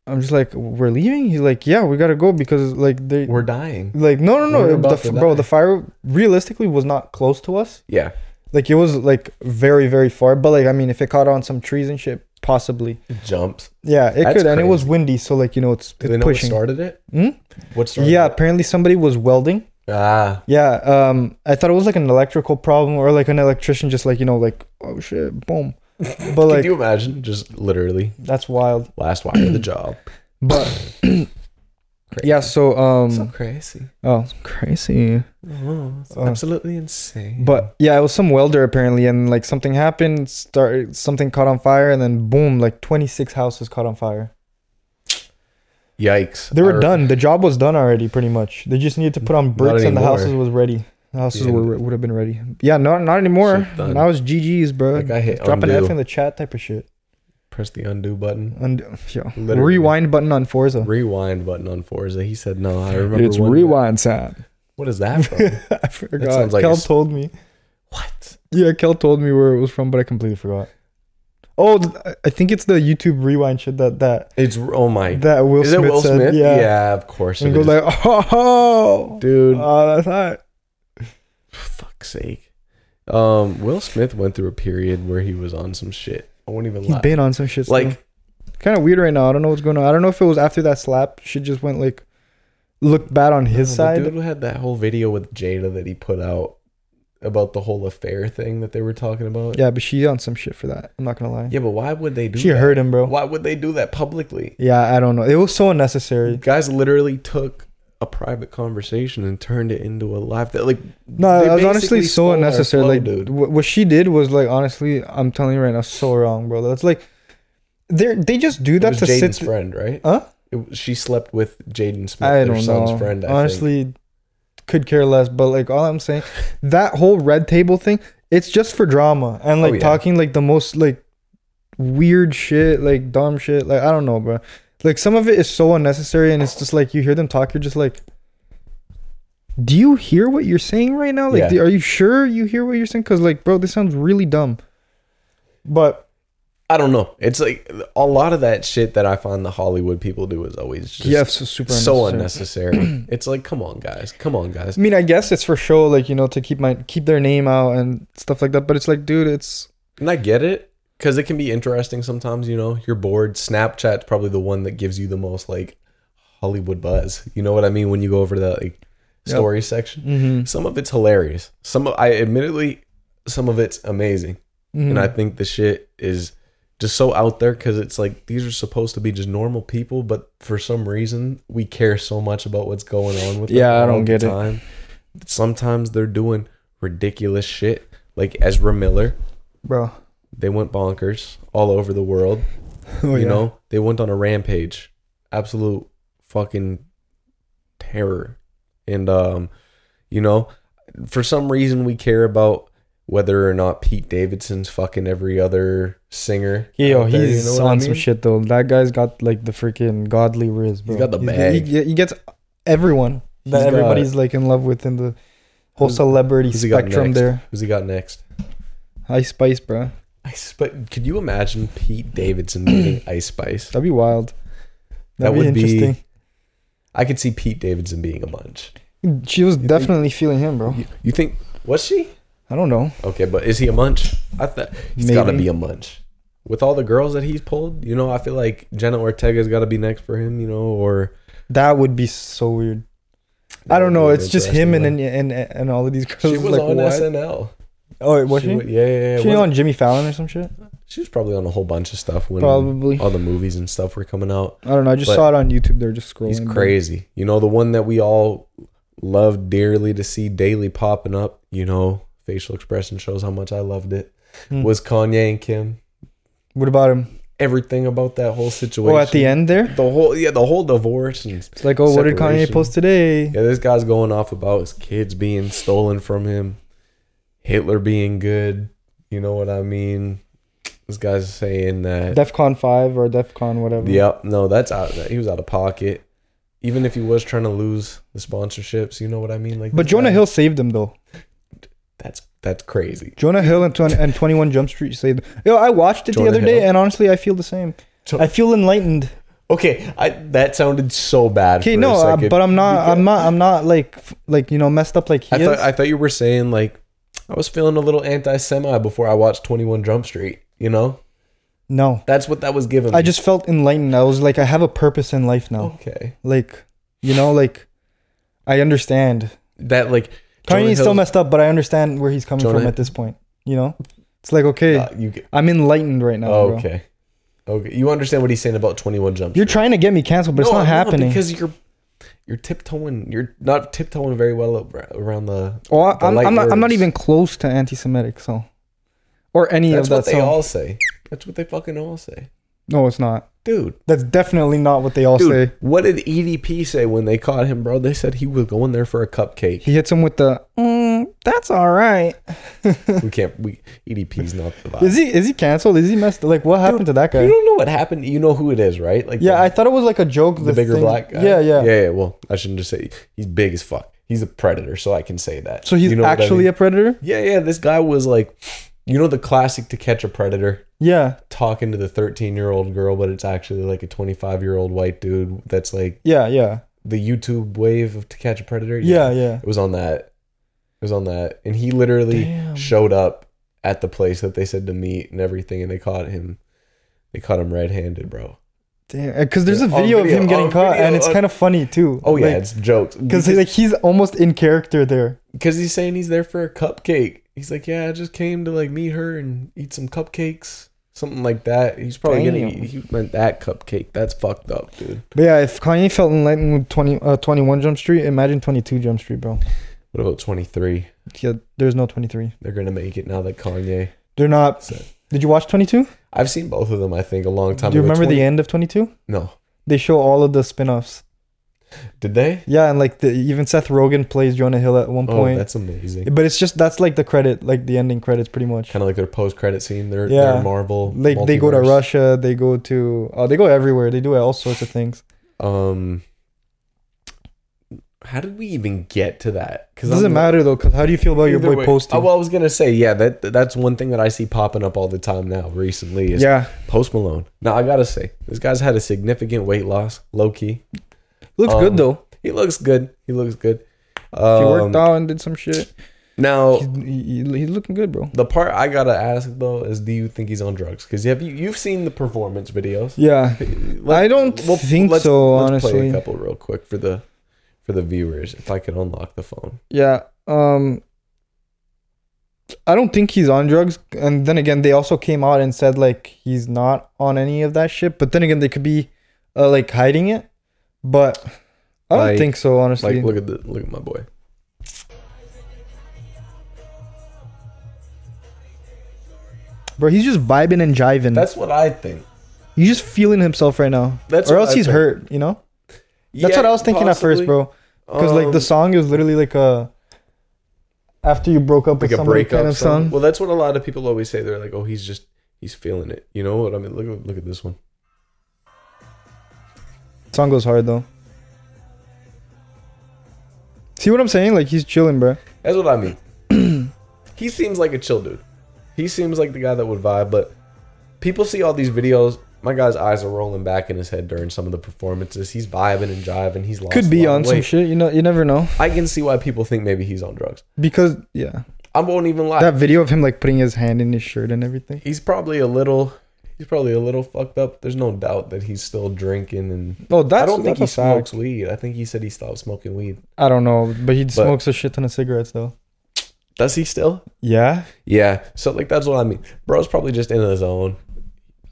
Speaker 2: i'm just like we're leaving he's like yeah we gotta go because like they
Speaker 1: We're dying.
Speaker 2: like no no
Speaker 1: we're
Speaker 2: no the,
Speaker 1: about to
Speaker 2: f- bro
Speaker 1: die."
Speaker 2: the fire realistically was not close to us
Speaker 1: Yeah.
Speaker 2: like it was like very very far but like i mean if it caught on some trees and shit possibly
Speaker 1: Jumps.
Speaker 2: yeah it
Speaker 1: That's
Speaker 2: could and it was windy so like you know it's,
Speaker 1: Do they
Speaker 2: it's
Speaker 1: know
Speaker 2: pushing
Speaker 1: what started it?
Speaker 2: Hmm?
Speaker 1: What started
Speaker 2: yeah
Speaker 1: it?
Speaker 2: apparently somebody was welding
Speaker 1: Ah.
Speaker 2: Yeah, um, I thought it was like an electrical problem or like an electrician just like you know like oh shit boom, but
Speaker 1: Could
Speaker 2: like
Speaker 1: you imagine just literally
Speaker 2: that's wild.
Speaker 1: last wire of the job?
Speaker 2: But
Speaker 1: Crazy.
Speaker 2: yeah, so
Speaker 1: So
Speaker 2: um,
Speaker 1: crazy.
Speaker 2: oh crazy.
Speaker 1: Oh, it's
Speaker 2: Uh,
Speaker 1: absolutely insane.
Speaker 2: But yeah, it was some welder apparently, and like something happened, started something caught on fire, and then boom, like twenty six houses caught on fire.
Speaker 1: yikes.
Speaker 2: They
Speaker 1: I
Speaker 2: were
Speaker 1: re-
Speaker 2: done. The job was done already, pretty much. They just needed to put on bricks, and the
Speaker 1: anymore.
Speaker 2: houses was ready. The houses
Speaker 1: Yeah.
Speaker 2: were, would have been ready. Yeah, no, not anymore.
Speaker 1: Shit done.
Speaker 2: Now it's GG's, bro.
Speaker 1: Like I hit
Speaker 2: Drop an
Speaker 1: undo.
Speaker 2: F in the chat type of shit.
Speaker 1: Press the undo button.
Speaker 2: Und- yeah.
Speaker 1: Literally.
Speaker 2: Rewind button on Forza.
Speaker 1: Rewind button on Forza. He said no. I remember. one-
Speaker 2: time.
Speaker 1: What is that from?
Speaker 2: I forgot.
Speaker 1: sounds like
Speaker 2: Kel
Speaker 1: a s-
Speaker 2: told me.
Speaker 1: what?
Speaker 2: Yeah, Kel told me where it was from, but I completely forgot. Oh, th- I think it's the YouTube rewind shit that that
Speaker 1: It's oh my.
Speaker 2: that Will
Speaker 1: is
Speaker 2: Smith
Speaker 1: it Will
Speaker 2: said.
Speaker 1: Smith?
Speaker 2: Yeah.
Speaker 1: of course.
Speaker 2: And
Speaker 1: It
Speaker 2: goes
Speaker 1: is.
Speaker 2: like, oh,
Speaker 1: Dude,
Speaker 2: oh, that's hot.
Speaker 1: fuck's sake. Um, Will Smith went through a period where he was on some shit. I won't even
Speaker 2: He's
Speaker 1: lie.
Speaker 2: been on some shit.
Speaker 1: like
Speaker 2: kind of weird right now. I don't know what's going on. I don't know if it was after that slap. Shit just went like, looked bad on his
Speaker 1: No, the
Speaker 2: side.
Speaker 1: dude had that whole video with Jada that he put out about the whole affair thing that they were talking about.
Speaker 2: Yeah, but she's on some shit for that. I'm not gonna lie.
Speaker 1: Yeah, but why would they do
Speaker 2: she
Speaker 1: that?
Speaker 2: hurt him, bro.
Speaker 1: Why would they do that publicly?
Speaker 2: Yeah, I don't know. It was so unnecessary.
Speaker 1: Guys literally took a private conversation and turned it into a live that like
Speaker 2: No,
Speaker 1: they
Speaker 2: that was honestly
Speaker 1: basically stole
Speaker 2: so
Speaker 1: our
Speaker 2: unnecessary.
Speaker 1: flow,
Speaker 2: Like, wh- what she did was like, honestly, I'm telling you right now, so wrong, bro. That's like, they they just do
Speaker 1: It
Speaker 2: that
Speaker 1: was
Speaker 2: to
Speaker 1: Jaden's
Speaker 2: sit.
Speaker 1: friend, right?
Speaker 2: Huh?
Speaker 1: It- she slept with Jaden Smith,
Speaker 2: I
Speaker 1: their
Speaker 2: don't
Speaker 1: son's
Speaker 2: know.
Speaker 1: friend. I think.
Speaker 2: honestly, could care less. But like, all I'm saying, that whole red table thing, it's just for drama and
Speaker 1: Oh,
Speaker 2: like
Speaker 1: yeah.
Speaker 2: talking like the most like weird shit, like dumb shit. Like I don't know, bro. Like some of it is so unnecessary, and it's just like you hear them talk, you're just like. Do you hear what you're saying right now? Like,
Speaker 1: Yeah.
Speaker 2: do- are you sure you hear what you're saying? Because, like, bro, this sounds really dumb. But
Speaker 1: I don't know. It's like a lot of that shit that I find the Hollywood people do is always just
Speaker 2: yeah, it's super
Speaker 1: so
Speaker 2: unnecessary.
Speaker 1: unnecessary. it's like, come on, guys, come on, guys.
Speaker 2: I mean, I guess it's for show, like you know, to keep my keep their name out and stuff like that. But it's like, dude, it's
Speaker 1: And I get it because it can be interesting sometimes. You know, you're bored. Snapchat's probably the one that gives you the most like Hollywood buzz. You know what I mean? When you go over to the like
Speaker 2: Yep.
Speaker 1: story section,
Speaker 2: mm-hmm,
Speaker 1: some of it's hilarious. Some, of- I admittedly, some of it's amazing.
Speaker 2: mm,
Speaker 1: and I think the shit is just so out there because it's like these are supposed to be just normal people, but for some reason we care so much about what's going on with them
Speaker 2: Yeah, I
Speaker 1: all
Speaker 2: don't
Speaker 1: the
Speaker 2: get it.
Speaker 1: time. it. Sometimes they're doing ridiculous shit, like Ezra Miller.
Speaker 2: bro,
Speaker 1: They went bonkers all over the world.
Speaker 2: Oh,
Speaker 1: you
Speaker 2: yeah.
Speaker 1: know, they went on a rampage, absolute fucking terror, and um, you know, for some reason we care about whether or not Pete Davidson's fucking every other singer.
Speaker 2: yo,
Speaker 1: out there,
Speaker 2: he's
Speaker 1: you know what
Speaker 2: on
Speaker 1: I
Speaker 2: some
Speaker 1: mean?
Speaker 2: shit though. That guy's got like the freaking godly riz, bro.
Speaker 1: got the
Speaker 2: He,
Speaker 1: bag.
Speaker 2: he, he gets everyone that
Speaker 1: He's got-
Speaker 2: everybody's like in love with in the whole
Speaker 1: Who's-
Speaker 2: celebrity
Speaker 1: who's he got
Speaker 2: spectrum
Speaker 1: next?
Speaker 2: there.
Speaker 1: Who's he got next?
Speaker 2: Ice Spice, bro,
Speaker 1: Ice Spice. Could you imagine Pete Davidson meeting Ice Spice?
Speaker 2: that'd be wild.
Speaker 1: That
Speaker 2: That'd
Speaker 1: would be-
Speaker 2: be interesting.
Speaker 1: I could see Pete Davidson being a munch.
Speaker 2: She was definitely feeling him, bro.
Speaker 1: You, you think? Was she?
Speaker 2: I don't know.
Speaker 1: Okay, but is he a munch? I thought he's got to
Speaker 2: Maybe.
Speaker 1: be a munch. With all the girls that he's pulled, you know, I feel like Jenna Ortega's got to be next for him, you know, or
Speaker 2: That would be so weird. I don't know. It's just him and and and, and all of these girls.
Speaker 1: she was
Speaker 2: like,
Speaker 1: on
Speaker 2: what?
Speaker 1: SNL.
Speaker 2: Oh, wait, was she?
Speaker 1: wa- Yeah, yeah, yeah.
Speaker 2: she
Speaker 1: wasn't-
Speaker 2: on Jimmy Fallon or some shit?
Speaker 1: she was probably on a whole bunch of stuff when
Speaker 2: Probably.
Speaker 1: all the movies and stuff were coming out.
Speaker 2: I don't know. I just
Speaker 1: But-
Speaker 2: saw it on YouTube. They're just scrolling.
Speaker 1: He's crazy. You know, the one that we all love dearly to see daily popping up, you know, facial expression shows how much I loved it,
Speaker 2: Hmm.
Speaker 1: was Kanye and Kim.
Speaker 2: What about him?
Speaker 1: Everything about that whole situation.
Speaker 2: Oh, at the end there,
Speaker 1: The whole, yeah, the whole divorce and
Speaker 2: it's like, oh, what did Kanye
Speaker 1: Separation.
Speaker 2: post today?
Speaker 1: Yeah, this guy's going off about his kids being stolen from him, Hitler being good. You know what I mean? This guy's saying that.
Speaker 2: DefCon five or DefCon whatever.
Speaker 1: yep, no, that's out. He was out of pocket. Even if he was trying to lose the sponsorships, you know what I mean? Like,
Speaker 2: But
Speaker 1: this
Speaker 2: Jonah
Speaker 1: guy-
Speaker 2: Hill saved him though.
Speaker 1: That's that's crazy.
Speaker 2: Jonah Hill and, 20, and Twenty One Jump Street saved. Him. Yo, I watched it
Speaker 1: Jonah
Speaker 2: the other day,
Speaker 1: Hill?
Speaker 2: and honestly, I feel the same.
Speaker 1: Jo-
Speaker 2: I feel enlightened.
Speaker 1: Okay, I that sounded so bad.
Speaker 2: Okay,
Speaker 1: for a
Speaker 2: no, uh,
Speaker 1: second.
Speaker 2: but I'm not. I'm not. I'm not like f- like you know messed up like he
Speaker 1: I
Speaker 2: is.
Speaker 1: thought I thought you were saying like I was feeling a little anti-Semite before I watched Twenty One Jump Street. You know,
Speaker 2: no,
Speaker 1: that's what that was giving.
Speaker 2: I
Speaker 1: me.
Speaker 2: just felt enlightened. I was like, I have a purpose in life now.
Speaker 1: okay
Speaker 2: Like, you know, like I understand.
Speaker 1: that like Jonah
Speaker 2: Kanye's still
Speaker 1: Hill's-
Speaker 2: messed up, but I understand where he's coming
Speaker 1: Jonah-
Speaker 2: from at this point. You know, it's like okay,
Speaker 1: Uh, you get-
Speaker 2: I'm enlightened right now. bro.
Speaker 1: okay. Okay. You understand what he's saying about 21 jump.
Speaker 2: You're
Speaker 1: Street.
Speaker 2: trying to get me canceled, but it's
Speaker 1: No,
Speaker 2: not
Speaker 1: no,
Speaker 2: happening.
Speaker 1: because you're you're tiptoeing. You're not tiptoeing very well up- around the
Speaker 2: oh, I-
Speaker 1: the
Speaker 2: I'm,
Speaker 1: light
Speaker 2: I'm not. I'm not
Speaker 1: words.
Speaker 2: even close to anti-Semitic, so or any
Speaker 1: That's
Speaker 2: of that.
Speaker 1: what they
Speaker 2: So
Speaker 1: all say. That's what they fucking all say.
Speaker 2: no, it's not.
Speaker 1: Dude,
Speaker 2: That's definitely not what they all
Speaker 1: dude,
Speaker 2: say.
Speaker 1: what did EDP say when they caught him, bro? They said he was going there for a cupcake.
Speaker 2: He hits him with the. Mm, that's all right.
Speaker 1: we can't. We E EDP's not the vibe.
Speaker 2: Is he? Is he canceled? Is he messed? Like what happened to that
Speaker 1: You
Speaker 2: guy?
Speaker 1: don't know what happened. You know who it is, right? Like
Speaker 2: Yeah,
Speaker 1: the-
Speaker 2: I thought it was like a joke.
Speaker 1: the bigger
Speaker 2: thing-
Speaker 1: black guy.
Speaker 2: Yeah, yeah,
Speaker 1: yeah, yeah. Well, I shouldn't just say he's big as fuck. He's a predator, so I can say that.
Speaker 2: So he's
Speaker 1: You know what I
Speaker 2: actually
Speaker 1: mean?
Speaker 2: a predator.
Speaker 1: Yeah, yeah. This guy was like, you know, the classic to catch a predator
Speaker 2: Yeah,
Speaker 1: talking to the 13 year old girl, but it's actually like a 25 year old white dude that's like
Speaker 2: yeah, yeah,
Speaker 1: the YouTube wave of to catch a predator.
Speaker 2: yeah, yeah.
Speaker 1: It was on that. It was on that. And he literally
Speaker 2: Damn.
Speaker 1: showed up at the place that they said to meet and everything, and they caught him. They caught him red handed, bro.
Speaker 2: Damn, because there's a
Speaker 1: Yeah, on
Speaker 2: video,
Speaker 1: video,
Speaker 2: of him getting
Speaker 1: on
Speaker 2: caught,
Speaker 1: video,
Speaker 2: and it's
Speaker 1: on-
Speaker 2: kind of funny too.
Speaker 1: Oh, yeah.
Speaker 2: like,
Speaker 1: it's jokes.
Speaker 2: because like he's almost in character there.
Speaker 1: because he's saying he's there for a cupcake. He's like, yeah, I just came to like meet her and eat some cupcakes. something like that. He's probably
Speaker 2: Damn.
Speaker 1: gonna he went that cupcake. That's fucked up, dude.
Speaker 2: But yeah, if Kanye felt enlightened with 20, uh, 21 Jump Street, imagine 22 Jump Street, bro.
Speaker 1: What about twenty three?
Speaker 2: Yeah, there's no 23.
Speaker 1: They're gonna make it now that Kanye.
Speaker 2: They're not.
Speaker 1: said-
Speaker 2: Did you watch 22?
Speaker 1: I've seen both of them. I think a long time.
Speaker 2: Do you
Speaker 1: ago.
Speaker 2: remember
Speaker 1: 20
Speaker 2: the end of 22?
Speaker 1: No,
Speaker 2: They show all of the spin offs.
Speaker 1: did they?
Speaker 2: Yeah, and like the, even Seth Rogen plays Jonah Hill at one
Speaker 1: Oh,
Speaker 2: point.
Speaker 1: that's amazing.
Speaker 2: But it's just that's like the credit, like the ending credits, pretty much.
Speaker 1: Kind of like their post credit scene. Their
Speaker 2: Yeah.
Speaker 1: their Marvel.
Speaker 2: Like they go to
Speaker 1: multiverse.
Speaker 2: Russia, they go to oh, they go everywhere. They do all sorts of things.
Speaker 1: Um, how did we even get to that? Because
Speaker 2: doesn't matter though, because how do you feel about Oh, your boy Posty?
Speaker 1: Uh, well, I was gonna say yeah. That that's one thing that I see popping up all the time now. Recently, is
Speaker 2: yeah,
Speaker 1: Post Malone. Now I gotta say, this guy's had a significant weight loss, low key.
Speaker 2: looks
Speaker 1: um,
Speaker 2: good though.
Speaker 1: He looks good. He looks good.
Speaker 2: He worked
Speaker 1: Um, oh.
Speaker 2: out and did some shit.
Speaker 1: now
Speaker 2: He's, he, he- he's looking good, bro.
Speaker 1: the part I gotta ask though is, do you think he's on drugs? Because have you you've seen the performance videos?
Speaker 2: Yeah, I don't think so.
Speaker 1: play a
Speaker 2: honestly,
Speaker 1: couple real quick for the for the viewers. If I could unlock the phone,
Speaker 2: yeah. Um, I don't think he's on drugs. And then again, they also came out and said like he's not on any of that shit. But then again, they could be uh, like hiding it. But I don't
Speaker 1: Like-
Speaker 2: think so. Honestly,
Speaker 1: like look at the look at my boy.
Speaker 2: bro, he's just vibing and jiving.
Speaker 1: That's what I think.
Speaker 2: He's just feeling himself right now.
Speaker 1: That's
Speaker 2: or
Speaker 1: what
Speaker 2: else
Speaker 1: I
Speaker 2: he's
Speaker 1: think.
Speaker 2: hurt, you know? That's
Speaker 1: Yeah,
Speaker 2: what I was thinking at first,
Speaker 1: possibly.
Speaker 2: bro. Because like the
Speaker 1: Um,
Speaker 2: song is literally like a after you broke up
Speaker 1: like
Speaker 2: with
Speaker 1: a
Speaker 2: somebody
Speaker 1: breakup
Speaker 2: kind of
Speaker 1: song.
Speaker 2: song.
Speaker 1: Well, that's what a lot of people always say. They're like, "Oh, he's just he's feeling it." You know what I mean? Look at look at this one.
Speaker 2: Song goes hard though. See what I'm saying? Like he's chilling, bro.
Speaker 1: That's what I mean. he seems like a chill dude. He seems like the guy that would vibe. But people see all these videos. My guy's eyes are rolling back in his head during some of the performances. He's vibing and jiving. He's lost
Speaker 2: Could
Speaker 1: a
Speaker 2: be
Speaker 1: lot
Speaker 2: on
Speaker 1: of
Speaker 2: some
Speaker 1: weight.
Speaker 2: shit. You know, you never know.
Speaker 1: I can see why people think maybe he's on drugs.
Speaker 2: Because yeah,
Speaker 1: I won't even lie.
Speaker 2: that video of him like putting his hand in his shirt and everything.
Speaker 1: he's probably a little. He's probably a little fucked up. There's no doubt that he's still drinking and.
Speaker 2: Oh, that's
Speaker 1: I don't think he
Speaker 2: that's a fact.
Speaker 1: smokes weed. I think he said he stopped smoking weed.
Speaker 2: I don't know, but he smokes a shit ton of cigarettes though.
Speaker 1: Does he still?
Speaker 2: Yeah,
Speaker 1: Yeah. So like that's what I mean. Bro's probably just in his own.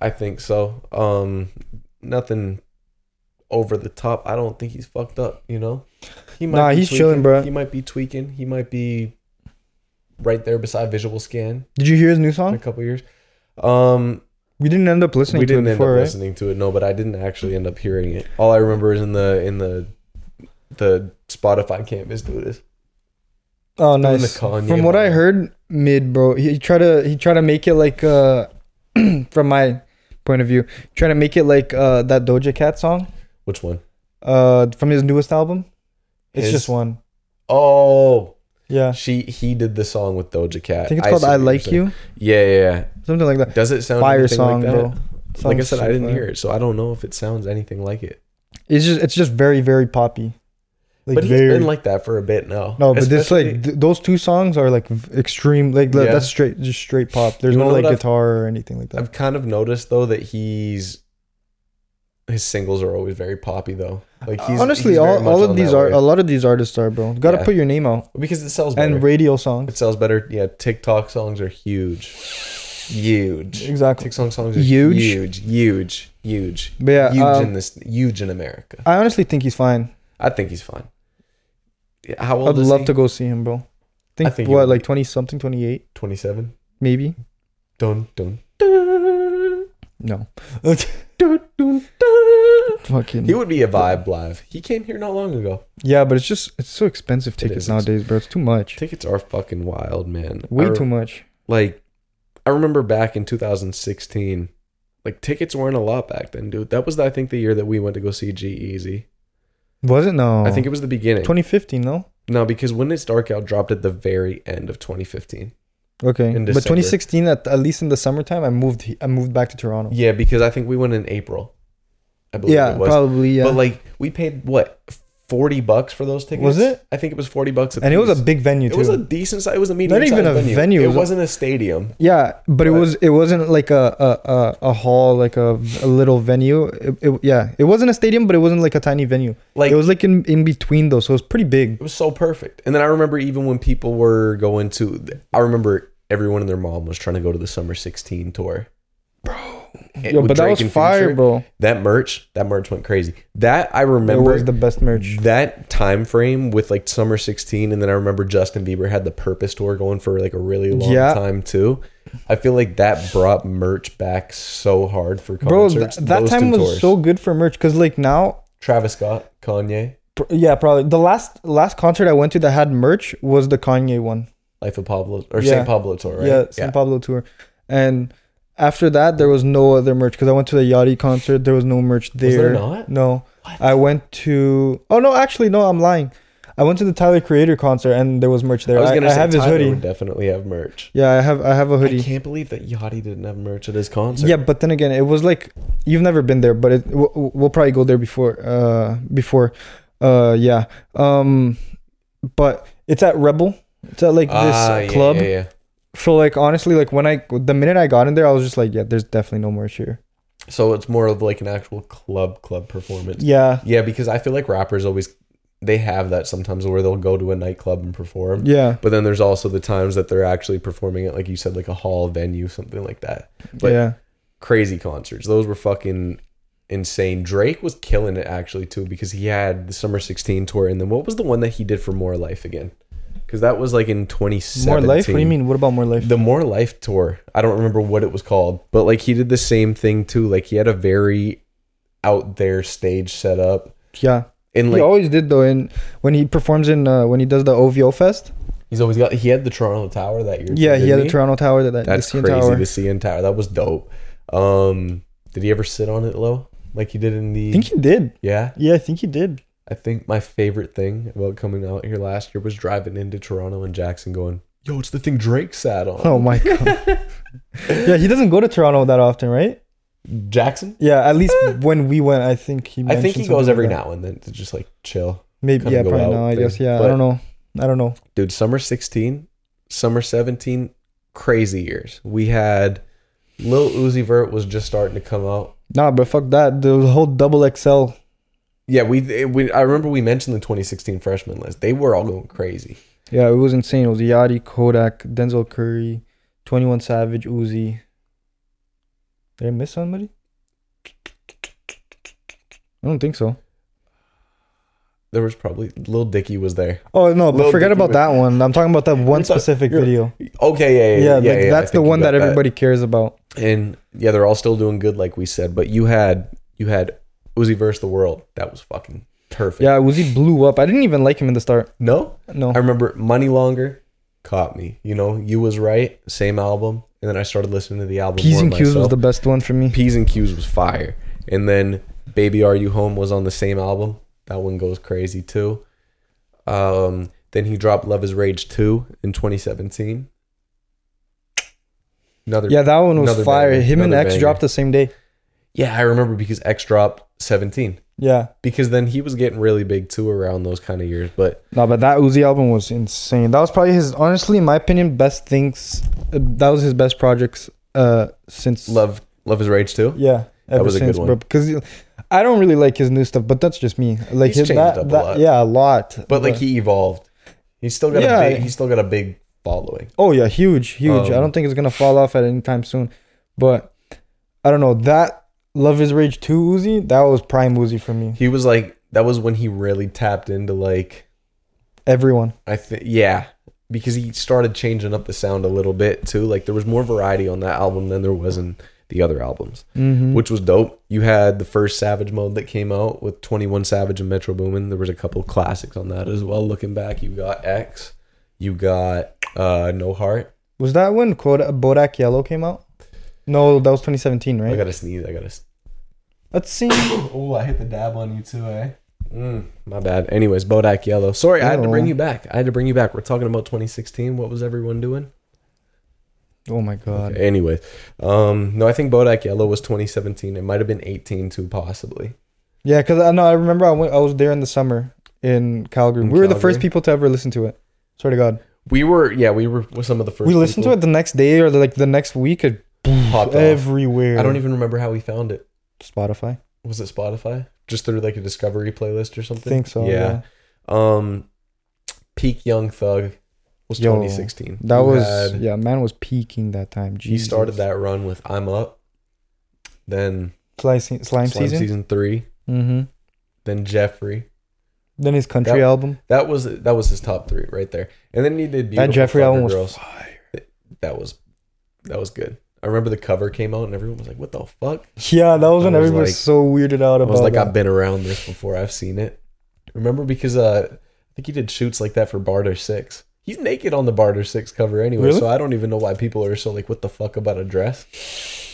Speaker 1: I think so. Um nothing over the top. I don't think he's fucked up, you know? He
Speaker 2: Nah,
Speaker 1: be
Speaker 2: he's
Speaker 1: tweaking.
Speaker 2: chilling, bro.
Speaker 1: He might be tweaking. He might be right there beside visual scan
Speaker 2: did you hear his new
Speaker 1: in a
Speaker 2: song?
Speaker 1: couple years. Um
Speaker 2: We didn't end up listening
Speaker 1: we
Speaker 2: to it
Speaker 1: didn't end
Speaker 2: before,
Speaker 1: up
Speaker 2: right?
Speaker 1: listening to it, no, but I didn't actually end up hearing it. All I remember is in the in the the Spotify campus do this.
Speaker 2: Oh,
Speaker 1: doing the
Speaker 2: nice.
Speaker 1: Kanye
Speaker 2: From what I
Speaker 1: vibe.
Speaker 2: heard, mid bro, he tried to he tried to make it like uh, from my point of view, trying to make it like uh that Doja Cat song
Speaker 1: Which one?
Speaker 2: uh from his newest album. It's
Speaker 1: His-
Speaker 2: just one.
Speaker 1: Oh,
Speaker 2: Yeah,
Speaker 1: she he did the song with Doja Cat.
Speaker 2: I think it's called
Speaker 1: see
Speaker 2: "I
Speaker 1: what you're
Speaker 2: Like
Speaker 1: saying.
Speaker 2: You,"
Speaker 1: Yeah, yeah,
Speaker 2: something like
Speaker 1: yeah.
Speaker 2: that.
Speaker 1: Does it sound
Speaker 2: Fire
Speaker 1: anything
Speaker 2: song,
Speaker 1: like that?
Speaker 2: bro.
Speaker 1: Like I
Speaker 2: Sounds
Speaker 1: said, I
Speaker 2: so
Speaker 1: didn't
Speaker 2: fire.
Speaker 1: hear it, so I don't know if it sounds anything like it.
Speaker 2: It's just it's just very very poppy. Like
Speaker 1: but he's
Speaker 2: very
Speaker 1: been like that for a bit now.
Speaker 2: no, but this like
Speaker 1: Especially-
Speaker 2: th- those two songs are like v- extreme like like,
Speaker 1: Yeah.
Speaker 2: that's straight just straight pop. There's
Speaker 1: You
Speaker 2: no
Speaker 1: know
Speaker 2: like
Speaker 1: what I've-
Speaker 2: guitar or anything like that.
Speaker 1: I've kind of noticed though that he's his singles are always very poppy though. Like he's
Speaker 2: Honestly,
Speaker 1: he's very
Speaker 2: all,
Speaker 1: much
Speaker 2: all of
Speaker 1: on
Speaker 2: these
Speaker 1: that
Speaker 2: are
Speaker 1: wave.
Speaker 2: a lot of these artists are bro. Got to
Speaker 1: Yeah.
Speaker 2: put your name out
Speaker 1: because it sells better.
Speaker 2: and radio songs.
Speaker 1: it sells better. Yeah, TikTok songs are huge, huge.
Speaker 2: Exactly.
Speaker 1: TikTok songs are
Speaker 2: Huge?
Speaker 1: huge, huge, huge, huge,
Speaker 2: But yeah,
Speaker 1: huge
Speaker 2: um,
Speaker 1: in this, huge in America.
Speaker 2: I honestly think he's fine.
Speaker 1: I think he's fine. Yeah, How old
Speaker 2: I'd
Speaker 1: is
Speaker 2: love
Speaker 1: he?
Speaker 2: to go see him, bro. Think,
Speaker 1: think he
Speaker 2: what,
Speaker 1: would
Speaker 2: like
Speaker 1: be-
Speaker 2: twenty something, twenty eight,
Speaker 1: 27.
Speaker 2: maybe.
Speaker 1: Dun, dun.
Speaker 2: No,
Speaker 1: Dun, dun, dun.
Speaker 2: fucking
Speaker 1: He would be a vibe live. He came here not long ago.
Speaker 2: yeah, but it's just it's so expensive tickets
Speaker 1: is
Speaker 2: nowadays, bro. It's too much,
Speaker 1: Tickets are fucking wild, man. I
Speaker 2: way
Speaker 1: re-
Speaker 2: too much.
Speaker 1: Like, I remember back in 2016, like, tickets weren't a lot back then, dude. That was, I think, the year that we went to go see G Easy.
Speaker 2: Was it no?
Speaker 1: I think it was the beginning.
Speaker 2: twenty fifteen. No,
Speaker 1: no, because When It's Dark Out dropped at the very end of 2015.
Speaker 2: okay,
Speaker 1: In
Speaker 2: but
Speaker 1: December.
Speaker 2: twenty sixteen at at least in the summertime, I moved he- I moved back to Toronto.
Speaker 1: Yeah, because I think we went in April. I believe
Speaker 2: Yeah,
Speaker 1: it was.
Speaker 2: probably yeah.
Speaker 1: But like we paid what forty bucks for those tickets?
Speaker 2: Was it?
Speaker 1: I think it was forty bucks. A
Speaker 2: and it was a
Speaker 1: piece.
Speaker 2: big venue
Speaker 1: It
Speaker 2: too.
Speaker 1: was a decent. si- It was a medium. Not even a venue.
Speaker 2: venue, it
Speaker 1: It
Speaker 2: was a-
Speaker 1: wasn't a stadium.
Speaker 2: yeah, but it
Speaker 1: But-
Speaker 2: was it wasn't like a a, a, a hall like a, a little venue. It, it, yeah, it wasn't a stadium, but it wasn't like a tiny venue.
Speaker 1: Like
Speaker 2: it was like in, in between though, so it was pretty big.
Speaker 1: so perfect. And then I remember even when people were going to, I remember everyone and their mom was trying to go to the summer sixteen tour.
Speaker 2: Bro, Yo,
Speaker 1: with
Speaker 2: but that
Speaker 1: Drake
Speaker 2: was
Speaker 1: and
Speaker 2: fire,
Speaker 1: Future,
Speaker 2: bro.
Speaker 1: That merch, that merch went crazy. That I
Speaker 2: It
Speaker 1: remember
Speaker 2: was the best merch.
Speaker 1: that time frame with like summer 16 and then i remember justin bieber had the purpose tour going for like a really long
Speaker 2: Yeah.
Speaker 1: time too i feel like that brought merch back so hard for
Speaker 2: Bro,
Speaker 1: concerts
Speaker 2: th- that
Speaker 1: Those
Speaker 2: time
Speaker 1: two
Speaker 2: was
Speaker 1: tours.
Speaker 2: so good for merch because like now,
Speaker 1: travis scott kanye
Speaker 2: pr- yeah, probably the last last concert I went to that had merch was the Kanye one.
Speaker 1: life of pablo or
Speaker 2: Yeah.
Speaker 1: st pablo tour right
Speaker 2: Yeah, San Pablo tour, and after that there was no other merch because I went to the Yachty concert. There was no merch there.
Speaker 1: there not?
Speaker 2: No, I went to. Oh no, actually no, I'm lying. I went to the Tyler Creator concert and there was merch there.
Speaker 1: i was gonna
Speaker 2: I
Speaker 1: say
Speaker 2: have his
Speaker 1: Tyler
Speaker 2: hoodie.
Speaker 1: would definitely have merch
Speaker 2: Yeah, I have I have a
Speaker 1: i
Speaker 2: hoodie.
Speaker 1: can't believe that yachty didn't have merch at his concert
Speaker 2: Yeah, but then again, it was like you've never been there, but it, we'll, we'll probably go there before. Uh, before, uh, yeah. Um, but it's at Rebel. It's at like this
Speaker 1: Ah, yeah,
Speaker 2: club.
Speaker 1: yeah, yeah.
Speaker 2: So like honestly, like when I the minute I got in there, I was just like, yeah, there's definitely no merch here.
Speaker 1: so it's more of like an actual club club performance
Speaker 2: Yeah,
Speaker 1: Yeah, because I feel like rappers always they have that sometimes where they'll go to a nightclub and perform.
Speaker 2: yeah,
Speaker 1: But then there's also the times that they're actually performing at like you said, like a hall venue, something like that. But
Speaker 2: yeah.
Speaker 1: crazy concerts. Those were fucking insane. Drake was killing it actually too because he had the summer sixteen tour and then what was the one that he did for More Life again? Because that was like in twenty
Speaker 2: More
Speaker 1: seventeen.
Speaker 2: life? What do you mean? What about more life?
Speaker 1: The More Life tour. I don't remember what it was called, but like he did the same thing too. Like he had a very out there stage setup.
Speaker 2: yeah,
Speaker 1: And like
Speaker 2: he always did though. And when he performs in uh, when he does the OVO Fest,
Speaker 1: He's always got. He had the Toronto Tower that year. too,
Speaker 2: yeah, he
Speaker 1: didn't
Speaker 2: had the Toronto Tower that the
Speaker 1: That's
Speaker 2: CN
Speaker 1: crazy.
Speaker 2: Tower.
Speaker 1: The CN Tower. That was dope. Um, did he ever sit on it low like he did in the?
Speaker 2: I think he did.
Speaker 1: yeah,
Speaker 2: Yeah, I think he did.
Speaker 1: I think my favorite thing about coming out here last year was driving into Toronto and Jackson going, "Yo, it's the thing Drake sat on."
Speaker 2: Oh my god. yeah, he doesn't go to Toronto that often, right?
Speaker 1: Jackson.
Speaker 2: Yeah, at least when we went, I think he.
Speaker 1: I think
Speaker 2: mentioned
Speaker 1: he
Speaker 2: something
Speaker 1: goes every
Speaker 2: like that.
Speaker 1: now and then to just like chill,
Speaker 2: Maybe
Speaker 1: kinda
Speaker 2: yeah,
Speaker 1: go
Speaker 2: probably
Speaker 1: out
Speaker 2: now. I
Speaker 1: there,
Speaker 2: guess yeah. I
Speaker 1: but-
Speaker 2: don't know. I don't know.
Speaker 1: dude. Summer sixteen, summer seventeen, crazy years. We had Lil Uzi Vert was just starting to come out.
Speaker 2: Nah, but fuck that. The whole double XL.
Speaker 1: Yeah, we, it- we I remember we mentioned the 2016 freshman list. They were all going crazy.
Speaker 2: Yeah, it was insane. It was Yachty, Kodak, Denzel Curry, Twenty One Savage, Uzi. Did I miss somebody? I don't think so.
Speaker 1: There was probably Lil Dicky was there.
Speaker 2: Oh no, but
Speaker 1: Lil
Speaker 2: forget
Speaker 1: Dicky
Speaker 2: about
Speaker 1: was-
Speaker 2: that one. I'm talking about that one
Speaker 1: talking-
Speaker 2: specific
Speaker 1: you're-
Speaker 2: video.
Speaker 1: Okay, yeah, yeah,
Speaker 2: Yeah,
Speaker 1: yeah. yeah,
Speaker 2: like
Speaker 1: yeah, I
Speaker 2: that's the
Speaker 1: think you
Speaker 2: one
Speaker 1: got
Speaker 2: that everybody cares about.
Speaker 1: and yeah, they're all still doing good, like we said. But you had you had Uzi versus the world. That was fucking perfect.
Speaker 2: Yeah, Uzi blew up. I didn't even like him in the start.
Speaker 1: No,
Speaker 2: No.
Speaker 1: I remember Money Longer caught me. You know, you was right. Same album, and then I started listening to the album.
Speaker 2: P's
Speaker 1: more
Speaker 2: and Q's was
Speaker 1: myself.
Speaker 2: the best one for me.
Speaker 1: P's and Q's was fire. And then Baby Are You Home was on the same album. That one goes crazy too. Um, then he dropped Love Is Rage 2 in 2017. Another
Speaker 2: Yeah, that one was
Speaker 1: another
Speaker 2: fire.
Speaker 1: banger,
Speaker 2: Him and
Speaker 1: another
Speaker 2: X
Speaker 1: banger.
Speaker 2: dropped the same day.
Speaker 1: Yeah, I remember because X dropped 17.
Speaker 2: Yeah.
Speaker 1: Because then he was getting really big too around those kind of years. But
Speaker 2: No, but that Uzi album was insane. That was probably his, honestly, in my opinion, best things. uh, That was his best projects uh, since.
Speaker 1: Love Love Is Rage 2.
Speaker 2: Yeah, ever
Speaker 1: was a good
Speaker 2: since,
Speaker 1: one.
Speaker 2: bro. Because I don't really like his new stuff, but that's just me. Like
Speaker 1: He's
Speaker 2: his,
Speaker 1: changed
Speaker 2: that,
Speaker 1: up a
Speaker 2: that-
Speaker 1: lot.
Speaker 2: Yeah, a lot.
Speaker 1: But like he evolved. He's still got
Speaker 2: Yeah.
Speaker 1: a big he's still got a big following.
Speaker 2: oh yeah, huge, huge. I
Speaker 1: Um,
Speaker 2: don't think it's gonna fall off at any time soon. But I don't know that Love Is Rage two Uzi. That was prime Uzi for me.
Speaker 1: He was like that was when he really tapped into like
Speaker 2: Everyone.
Speaker 1: I think yeah, because he started changing up the sound a little bit too. Like there was more variety on that album than there was in the other albums,
Speaker 2: Mm-hmm.
Speaker 1: which was dope. You had the first Savage mode that came out with 21 Savage and Metro Boomin. There was a couple classics on that as well. Looking back, you got X, you got uh No Heart.
Speaker 2: Was that when Kodak, Bodak Yellow came out? No, that was 2017,
Speaker 1: I
Speaker 2: right?
Speaker 1: got to sneeze. I got to
Speaker 2: Let's see.
Speaker 1: Oh, I hit the dab on you too, eh? Mm, my bad. Anyways, Bodak Yellow. Sorry, I had to bring
Speaker 2: Ew.
Speaker 1: you back. I had to bring you back. We're talking about 2016. What was everyone doing?
Speaker 2: Oh my god.
Speaker 1: Anyway, um, no, I think Bodak Yellow was 2017. It might have been 18 too, possibly.
Speaker 2: Yeah, because I know I remember I went. I was there in the summer in Calgary.
Speaker 1: In
Speaker 2: we were the first
Speaker 1: Calgary.
Speaker 2: people to ever listen to it. Swear to God,
Speaker 1: We were, yeah, we were with some of the first.
Speaker 2: we listened to it the next day or the, like the next week. It
Speaker 1: Popped off.
Speaker 2: everywhere.
Speaker 1: I don't even remember how we found it.
Speaker 2: Spotify.
Speaker 1: Was it Spotify? Just through like a discovery playlist or
Speaker 2: I
Speaker 1: something.
Speaker 2: think so. Yeah,
Speaker 1: Um, peak Young Thug was
Speaker 2: Yo,
Speaker 1: 2016.
Speaker 2: that
Speaker 1: You
Speaker 2: was
Speaker 1: had-
Speaker 2: yeah. Man was peaking that time.
Speaker 1: he
Speaker 2: Jesus.
Speaker 1: started that run with "I'm Up." then
Speaker 2: Sly se- slime,
Speaker 1: Slime
Speaker 2: season.
Speaker 1: season? three,
Speaker 2: Mm-hmm.
Speaker 1: then Jeffrey.
Speaker 2: Then his country
Speaker 1: That-
Speaker 2: album.
Speaker 1: That was that was his top three right there. And then he did Beautiful
Speaker 2: That Jeffrey
Speaker 1: Fucker
Speaker 2: album was
Speaker 1: Girls.
Speaker 2: fire.
Speaker 1: That was that was good. I remember the cover came out and everyone was like, "What the fuck?"
Speaker 2: Yeah, that was
Speaker 1: I
Speaker 2: when
Speaker 1: was
Speaker 2: everybody
Speaker 1: like-
Speaker 2: was so weirded out
Speaker 1: I
Speaker 2: about.
Speaker 1: was like,
Speaker 2: that.
Speaker 1: "I've been around this before. I've seen it." Remember because uh, I think he did shoots like that for Barter Six. He's naked on the Barter Six cover anyway,
Speaker 2: Really?
Speaker 1: so I don't even know why people are so like, "What the fuck about a dress?"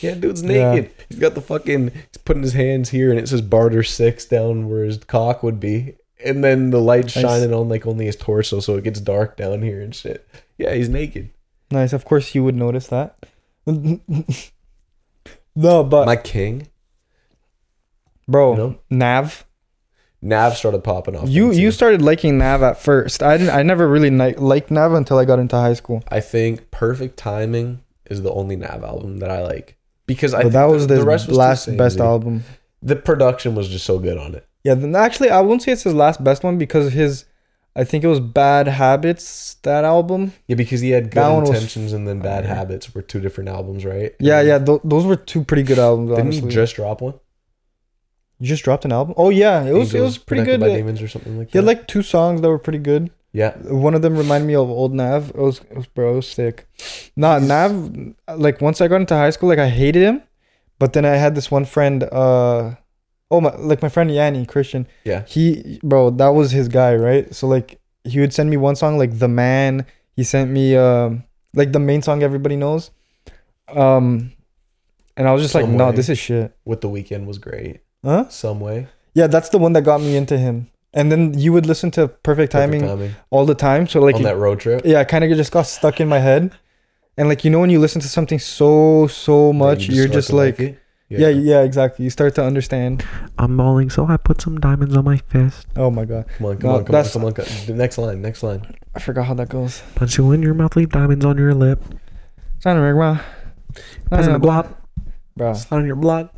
Speaker 1: Yeah, dude's
Speaker 2: Yeah.
Speaker 1: naked. He's got the fucking. He's putting his hands here, and it says Barter Six down where his cock would be, and then the light's
Speaker 2: Nice.
Speaker 1: shining on like only his torso, so it gets dark down here and shit. Yeah, he's naked.
Speaker 2: Nice. Of course, you would notice that. no, but
Speaker 1: My king.
Speaker 2: bro,
Speaker 1: you know?
Speaker 2: Nav.
Speaker 1: Nav started popping off.
Speaker 2: You
Speaker 1: then,
Speaker 2: you
Speaker 1: too.
Speaker 2: started liking Nav at first. I didn't. I never really ni- liked Nav until I got into high school.
Speaker 1: I think Perfect Timing is the only Nav album that I like because I
Speaker 2: But
Speaker 1: think
Speaker 2: that was
Speaker 1: the
Speaker 2: the
Speaker 1: rest was too
Speaker 2: last
Speaker 1: samey.
Speaker 2: best album.
Speaker 1: The production was just so good on it.
Speaker 2: Yeah. Then actually, I won't say it's his last best one because his, I think it was Bad Habits that album.
Speaker 1: Yeah, because he had
Speaker 2: That
Speaker 1: good
Speaker 2: one was
Speaker 1: intentions and then bad
Speaker 2: fire.
Speaker 1: habits were two different albums, right?
Speaker 2: Yeah,
Speaker 1: And
Speaker 2: yeah. Th- those were two pretty good albums.
Speaker 1: Didn't
Speaker 2: honestly.
Speaker 1: he just drop one?
Speaker 2: You just dropped an album. Oh yeah, it was it was pretty
Speaker 1: Protected
Speaker 2: good.
Speaker 1: By
Speaker 2: He
Speaker 1: demons or something like
Speaker 2: had
Speaker 1: that.
Speaker 2: like two songs that were pretty good.
Speaker 1: yeah,
Speaker 2: One of them reminded me of Old Nav. It was, it was bro, it was sick. Nah, Nav. Like once I got into high school, like I hated him, but then I had this one friend. uh Oh my, like my friend Yanni Christian.
Speaker 1: Yeah.
Speaker 2: He, bro, that was his guy, right? So like he would send me one song, like The Man. He sent me um like the main song everybody knows. Um, and I was just like,
Speaker 1: Some
Speaker 2: no,
Speaker 1: Way.
Speaker 2: this is shit.
Speaker 1: with the weekend was great.
Speaker 2: Huh?
Speaker 1: Some way.
Speaker 2: Yeah, that's the one that got me into him. And then you would listen to
Speaker 1: Perfect
Speaker 2: Perfect Timing all the time. So like,
Speaker 1: on that road trip.
Speaker 2: yeah, kind of just got stuck in my head. And like, you know, when you listen to something so so much,
Speaker 1: You
Speaker 2: you are
Speaker 1: start
Speaker 2: just
Speaker 1: to
Speaker 2: like,
Speaker 1: it.
Speaker 2: yeah. yeah, exactly. You start to understand.
Speaker 4: I'm balling, so I put some diamonds on my fist.
Speaker 2: Oh my god,
Speaker 1: Come on, come
Speaker 2: No,
Speaker 1: on, come on,
Speaker 2: that's-
Speaker 1: come on, come on. The Next line, next line.
Speaker 2: I forgot how that goes.
Speaker 4: Punch you in your mouth, leave diamonds on your lip.
Speaker 2: Trying to rig my-
Speaker 4: Pass in a
Speaker 2: Bro,
Speaker 4: guap, slide on your block.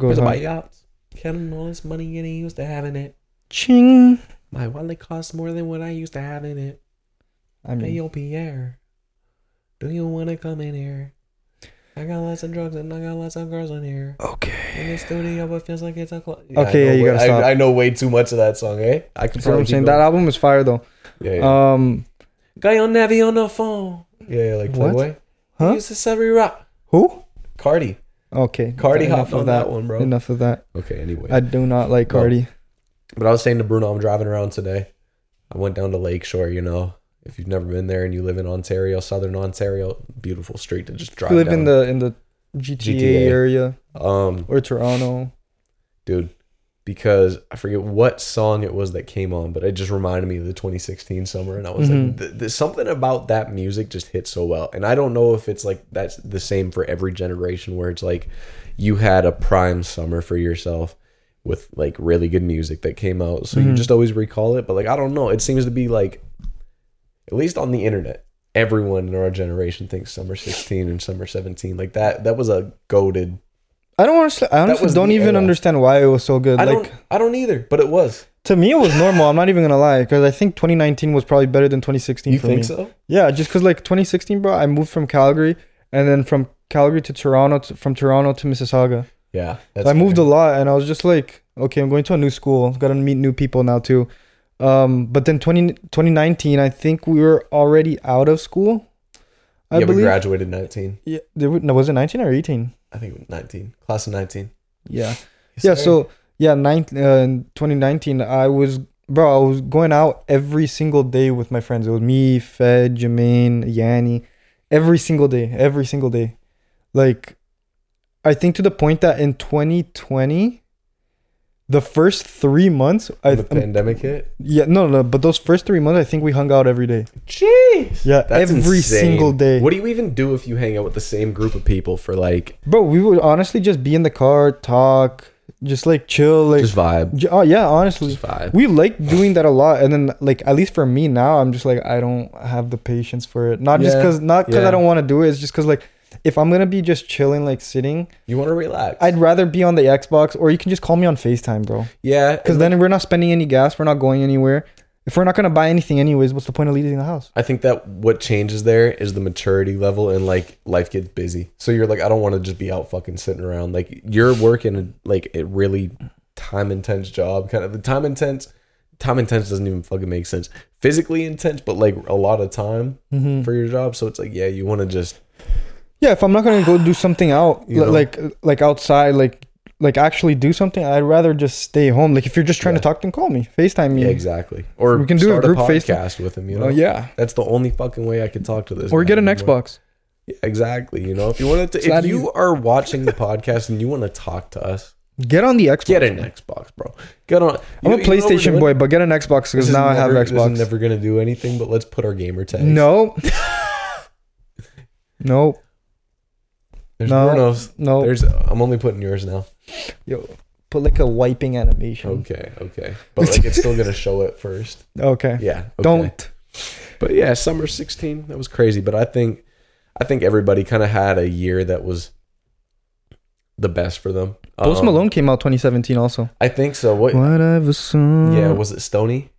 Speaker 1: Here's
Speaker 2: goes
Speaker 1: a
Speaker 2: on.
Speaker 1: buyout. Counting all this money getting used to having it.
Speaker 2: Ching.
Speaker 1: My wallet costs more than what I used to have in it.
Speaker 2: I mean,
Speaker 1: yo, Pierre, do you want to come in here? I got lots of drugs and I got lots of girls in here.
Speaker 2: okay.
Speaker 1: In the studio, but feels like it's a club.
Speaker 2: Okay, yeah, you gotta
Speaker 1: I,
Speaker 2: stop.
Speaker 1: I know way too much of that song, eh? I can
Speaker 2: You see what
Speaker 1: probably
Speaker 2: I'm saying?
Speaker 1: keep
Speaker 2: That
Speaker 1: going.
Speaker 2: album is fire though.
Speaker 1: Yeah, yeah.
Speaker 2: Um,
Speaker 1: Guy on Navi on the phone. Yeah, yeah like
Speaker 2: What?
Speaker 1: Playboy.
Speaker 2: Huh?
Speaker 1: He used to sell me rock.
Speaker 2: who?
Speaker 1: Cardi.
Speaker 2: Okay.
Speaker 1: Cardi
Speaker 2: enough
Speaker 1: hopped
Speaker 2: of
Speaker 1: on that one, bro.
Speaker 2: Enough of that.
Speaker 1: Okay, anyway.
Speaker 2: I do not like
Speaker 1: Bro.
Speaker 2: Cardi.
Speaker 1: But I was saying to Bruno, I'm driving around today. I went down to Lakeshore, you know. If you've never been there and you live in Ontario, southern Ontario, beautiful street to just drive
Speaker 2: You live
Speaker 1: down.
Speaker 2: in the in the GTA,
Speaker 1: GTA.
Speaker 2: area
Speaker 1: um,
Speaker 2: or Toronto.
Speaker 1: dude, because I forget what song it was that came on, but it just reminded me of the 2016 summer, and I was like,
Speaker 2: Mhm.
Speaker 1: th- th- something about that music just hit so well, and I don't know if it's like that's the same for every generation, where it's like you had a prime summer for yourself with like really good music that came out, so you
Speaker 2: Mhm.
Speaker 1: just always recall it, but like I don't know, it seems to be like, at least on the internet. Everyone in our generation thinks summer 16 and summer 17 like that. That was a goaded.
Speaker 2: I don't honestly, I honestly
Speaker 1: was
Speaker 2: don't
Speaker 1: the
Speaker 2: even
Speaker 1: era.
Speaker 2: understand why it was so good.
Speaker 1: I
Speaker 2: like
Speaker 1: don't. I don't either. But it was.
Speaker 2: to me, it was normal. I'm not even gonna lie, because I think 2019 was probably better than 2016
Speaker 1: You
Speaker 2: for
Speaker 1: think
Speaker 2: me.
Speaker 1: so?
Speaker 2: Yeah, just because like 2016, bro, I moved from Calgary and then from Calgary to Toronto, to, from Toronto to Mississauga.
Speaker 1: Yeah,
Speaker 2: So I moved a
Speaker 1: fair.
Speaker 2: lot, and I was just like, okay, I'm going to a new school. Got to meet new people now too. Um, but then 20, 2019, I think we were already out of school. I
Speaker 1: yeah, we
Speaker 2: believe.
Speaker 1: graduated nineteen.
Speaker 2: yeah, there were- no, was it 19 or 18?
Speaker 1: I think it was nineteen. Class of nineteen.
Speaker 2: Yeah.
Speaker 1: Yes,
Speaker 2: yeah
Speaker 1: sir.
Speaker 2: so yeah nine, uh, in 2019 i was bro i was going out every single day with my friends it was me fed jermaine yanni every single day every single day like i think to the point that in 2020 the first three months i
Speaker 1: When the
Speaker 2: um,
Speaker 1: pandemic hit.
Speaker 2: yeah no no but those first three months i think we hung out every day
Speaker 1: Jeez.
Speaker 2: yeah every
Speaker 1: insane.
Speaker 2: single day
Speaker 1: What do you even do if you hang out with the same group of people for like
Speaker 2: bro we would honestly just be in the car talk just like chill like
Speaker 1: just vibe?
Speaker 2: j- oh yeah honestly
Speaker 1: Just vibe.
Speaker 2: we like doing that a lot and then like at least for me now i'm just like i don't have the patience for it not just
Speaker 1: Yeah,
Speaker 2: because not because
Speaker 1: yeah.
Speaker 2: i don't want to do it it's just because like if i'm gonna be just chilling like sitting
Speaker 1: You want to relax?
Speaker 2: i'd rather be on the xbox or you can just call me on facetime bro
Speaker 1: yeah.
Speaker 2: because
Speaker 1: and
Speaker 2: then we're not spending any gas we're not going anywhere If we're not gonna buy anything anyways, what's the point of leaving the house?
Speaker 1: I think that what changes there is the maturity level and like life gets busy. So you're like, I don't want to just be out fucking sitting around. Like you're working like a really time intense job, kind of the time intense. Time intense doesn't even fucking make sense. Physically intense, but like a lot of time
Speaker 2: Mm-hmm.
Speaker 1: for your job. So it's like, yeah, you want to just
Speaker 2: Yeah, if I'm not gonna go do something out,
Speaker 1: You
Speaker 2: li-
Speaker 1: know?
Speaker 2: like like outside, like like actually do something, I'd rather just stay home. Like if you're just trying to
Speaker 1: Yeah.
Speaker 2: talk, then call me, Facetime me.
Speaker 1: yeah, exactly. Or
Speaker 2: We can do a
Speaker 1: start
Speaker 2: group face-
Speaker 1: podcast with him. You know,
Speaker 2: Oh, yeah.
Speaker 1: That's the only fucking way I could talk to this.
Speaker 2: Or
Speaker 1: guy
Speaker 2: get an
Speaker 1: anymore.
Speaker 2: Xbox.
Speaker 1: Yeah, exactly. You know, if you wanted to,
Speaker 2: It's not
Speaker 1: if you are watching the podcast and you want to talk to us,
Speaker 2: Get on the Xbox.
Speaker 1: get an Xbox, bro. Get on.
Speaker 2: I'm a
Speaker 1: you- you know what we're
Speaker 2: PlayStation
Speaker 1: doing?
Speaker 2: boy, but get an Xbox
Speaker 1: This
Speaker 2: because
Speaker 1: is
Speaker 2: now I have
Speaker 1: never- This
Speaker 2: Xbox.
Speaker 1: is never gonna do anything, but let's put our gamer tags.
Speaker 2: no. no.
Speaker 1: there's
Speaker 2: no. Oh.
Speaker 1: Bruno's.
Speaker 2: No.
Speaker 1: There's. uh, I'm only putting yours now.
Speaker 2: Yo, put like a wiping animation.
Speaker 1: Okay, okay, but like it's still gonna show it first.
Speaker 2: Okay.
Speaker 1: Yeah. okay.
Speaker 2: Don't.
Speaker 1: But yeah, summer 16. That was crazy. But I think, I think everybody kind of had a year that was the best for them.
Speaker 2: Post
Speaker 1: Um,
Speaker 2: Malone came out 2017 also.
Speaker 1: I think so. What?
Speaker 2: Whatever song.
Speaker 1: Yeah. Was it Stony?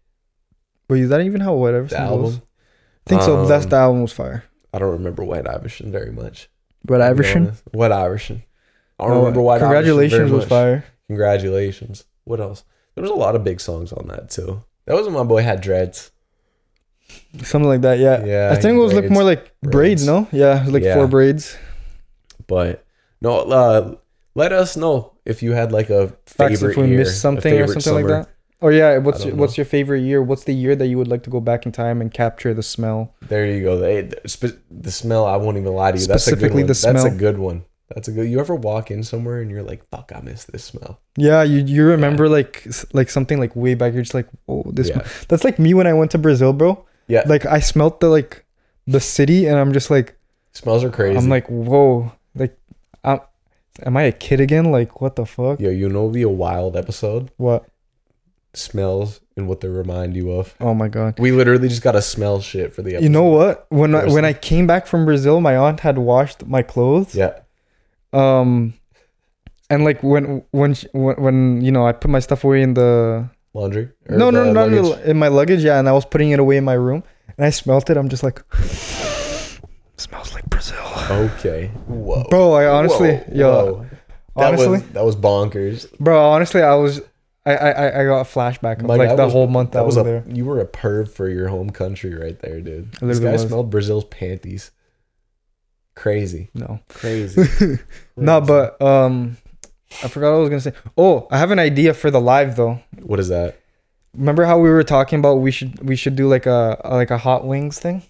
Speaker 2: Wait, is that even how whatever
Speaker 1: The
Speaker 2: song
Speaker 1: album.
Speaker 2: goes? I think so. That's
Speaker 1: Um,
Speaker 2: the album was fire.
Speaker 1: I don't remember White Iverson very much.
Speaker 2: But
Speaker 1: to be
Speaker 2: Iverson.
Speaker 1: honest. White Iverson. I don't
Speaker 2: Oh,
Speaker 1: remember White Iverson very
Speaker 2: Congratulations was
Speaker 1: much.
Speaker 2: fire.
Speaker 1: Congratulations. What else? There was a lot of big songs on that too. That was when my boy had dreads.
Speaker 2: Something like that, yeah.
Speaker 1: Yeah,
Speaker 2: I think it was like
Speaker 1: braids.
Speaker 2: more like braids,
Speaker 1: Braids.
Speaker 2: no? Yeah, like
Speaker 1: Yeah.
Speaker 2: four braids.
Speaker 1: But no, uh, let us know if you had like a
Speaker 2: Facts
Speaker 1: favorite
Speaker 2: if we
Speaker 1: year,
Speaker 2: missed
Speaker 1: a
Speaker 2: something or
Speaker 1: favorite
Speaker 2: something like
Speaker 1: summer.
Speaker 2: that. Oh yeah, what's
Speaker 1: don't
Speaker 2: your,
Speaker 1: know.
Speaker 2: what's your favorite year? What's the year that you would like to go back in time and capture the smell?
Speaker 1: There you go. They, the spe- the smell. I won't even lie to you. That's a good
Speaker 2: Specifically
Speaker 1: one.
Speaker 2: the
Speaker 1: That's a
Speaker 2: smell.
Speaker 1: good one. That's a good. You ever walk in somewhere and you're like, "Fuck, I miss this smell."
Speaker 2: Yeah, you you remember like s- like something like way back. You're just like, oh, this.
Speaker 1: Yeah.
Speaker 2: sm- That's like me when I went to Brazil, bro.
Speaker 1: Yeah, like,
Speaker 2: Like I smelt the like the city, and I'm just like,
Speaker 1: smells are crazy.
Speaker 2: I'm like, whoa, like, I'm, am I a kid again? Like, what the fuck?
Speaker 1: yo, you know, it'll be a wild episode.
Speaker 2: What?
Speaker 1: Smells and what they remind you of.
Speaker 2: Oh my god.
Speaker 1: We literally just gotta smell shit for the episode.
Speaker 2: You know what? When I,
Speaker 1: First
Speaker 2: when I
Speaker 1: thing.
Speaker 2: came back from Brazil, my aunt had washed my clothes.
Speaker 1: Yeah,
Speaker 2: Um, and like when when she, when, when you know I put my stuff away in the
Speaker 1: laundry. or
Speaker 2: no
Speaker 1: the
Speaker 2: no no
Speaker 1: luggage.
Speaker 2: no in my luggage yeah, and I was putting it away in my room, and I smelt it. I'm just like, smells like Brazil,
Speaker 1: Okay. Whoa.
Speaker 2: bro. I honestly
Speaker 1: Whoa,
Speaker 2: yo
Speaker 1: whoa. That
Speaker 2: honestly,
Speaker 1: was, that was bonkers.
Speaker 2: bro. Honestly, I was I I I- I got a flashback of
Speaker 1: My
Speaker 2: like
Speaker 1: guy
Speaker 2: the
Speaker 1: was-
Speaker 2: whole month that I was,
Speaker 1: a
Speaker 2: there.
Speaker 1: you were a perv for your home country right there, dude.
Speaker 2: I
Speaker 1: This
Speaker 2: literally
Speaker 1: guy
Speaker 2: was.
Speaker 1: smelled Brazil's panties. Crazy,
Speaker 2: No,
Speaker 1: crazy.
Speaker 2: no,
Speaker 1: Crazy.
Speaker 2: but um, I forgot what I was gonna say. Oh, I have an idea for the live though.
Speaker 1: what is that?
Speaker 2: Remember how we were talking about we should we should do like a like a hot wings thing?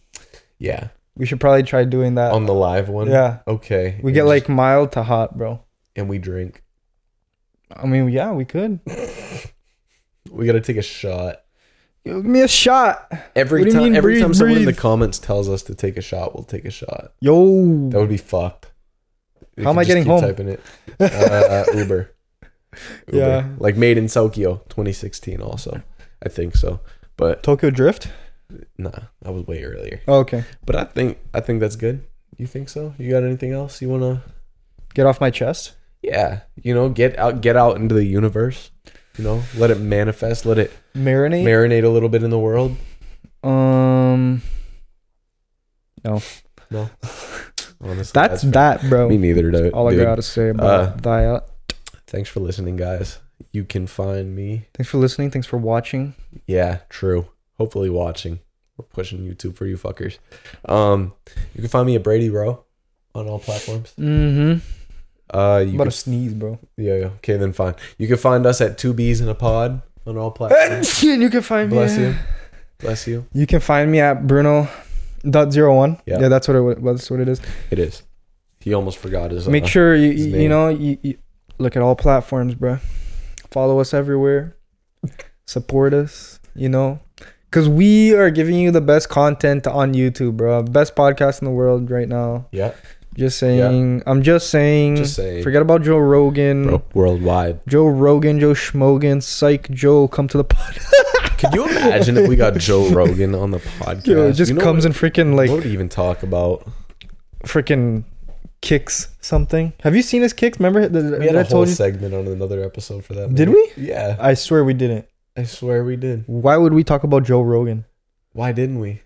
Speaker 1: Yeah,
Speaker 2: We should probably try doing that.
Speaker 1: on the live one.
Speaker 2: yeah.
Speaker 1: Okay.
Speaker 2: We
Speaker 1: and
Speaker 2: get
Speaker 1: just-
Speaker 2: like mild to hot, bro.
Speaker 1: and we drink.
Speaker 2: I mean, yeah, we could.
Speaker 1: We gotta take a shot.
Speaker 2: Yo, Give me a shot.
Speaker 1: Every
Speaker 2: What do you
Speaker 1: time,
Speaker 2: mean,
Speaker 1: every
Speaker 2: breathe,
Speaker 1: time someone in the
Speaker 2: breathe?
Speaker 1: comments tells us to take a shot, we'll take a shot.
Speaker 2: Yo.
Speaker 1: That would be fucked. We
Speaker 2: How am
Speaker 1: could
Speaker 2: I
Speaker 1: just
Speaker 2: getting
Speaker 1: keep
Speaker 2: home?
Speaker 1: Typing it. Uh, Uber. Uber.
Speaker 2: Yeah.
Speaker 1: Like made in Tokyo, 2016. Also, I think so. But
Speaker 2: Tokyo Drift?
Speaker 1: nah, that was way earlier.
Speaker 2: Oh, okay.
Speaker 1: But I think I think that's good. You think so? You got anything else you wanna?
Speaker 2: Get off my chest.
Speaker 1: Yeah. You know, get out, get out into the universe. You know, let it manifest. Let it
Speaker 2: Marinate.
Speaker 1: marinate a little bit in the world.
Speaker 2: um
Speaker 1: No. Honestly,
Speaker 2: that's,
Speaker 1: fair.
Speaker 2: that, bro.
Speaker 1: me neither. Dude.
Speaker 2: All I
Speaker 1: dude.
Speaker 2: got to say about
Speaker 1: Uh,
Speaker 2: that.
Speaker 1: Thanks for listening, guys. You can find me
Speaker 2: Thanks for listening. Thanks for watching.
Speaker 1: Yeah, true. Hopefully watching. We're pushing YouTube for you fuckers. Um, you can find me at Brady Row on all platforms.
Speaker 2: Mm-hmm.
Speaker 1: Uh, you
Speaker 2: about
Speaker 1: can,
Speaker 2: to sneeze, bro.
Speaker 1: yeah, yeah, okay, then fine. You can find us at Two Bees in a Pod on all platforms.
Speaker 2: And you can find me.
Speaker 1: Bless
Speaker 2: at-
Speaker 1: you. Bless you.
Speaker 2: You can find me at Bruno. Dot zero one.
Speaker 1: Yeah.
Speaker 2: yeah, that's what it was. That's what it is.
Speaker 1: It is. He almost forgot his.
Speaker 2: Make
Speaker 1: uh,
Speaker 2: sure you
Speaker 1: his
Speaker 2: you,
Speaker 1: name.
Speaker 2: you know you, you look at all platforms, bro. Follow us everywhere. Support us, you know, because we are giving you the best content on YouTube, bro. Best podcast in the world right now.
Speaker 1: Yeah.
Speaker 2: Just saying. I'm just saying.
Speaker 1: Just saying.
Speaker 2: Forget about Joe Rogan.
Speaker 1: Bro, worldwide.
Speaker 2: Joe Rogan, Joe Schmogan, Psych Joe, come to the pod.
Speaker 1: Could you imagine if we got Joe Rogan on the podcast?
Speaker 2: Yo, it just
Speaker 1: You know
Speaker 2: comes
Speaker 1: what,
Speaker 2: and freaking
Speaker 1: what would
Speaker 2: like
Speaker 1: he even talk about?
Speaker 2: freaking kicks something. Have you seen his kicks? Remember? Did,
Speaker 1: We had
Speaker 2: did I
Speaker 1: a whole
Speaker 2: told you?
Speaker 1: segment on another episode for that.
Speaker 2: Did
Speaker 1: man. Yeah.
Speaker 2: I swear we didn't.
Speaker 1: I swear we did.
Speaker 2: Why would we talk about Joe Rogan?
Speaker 1: Why didn't we?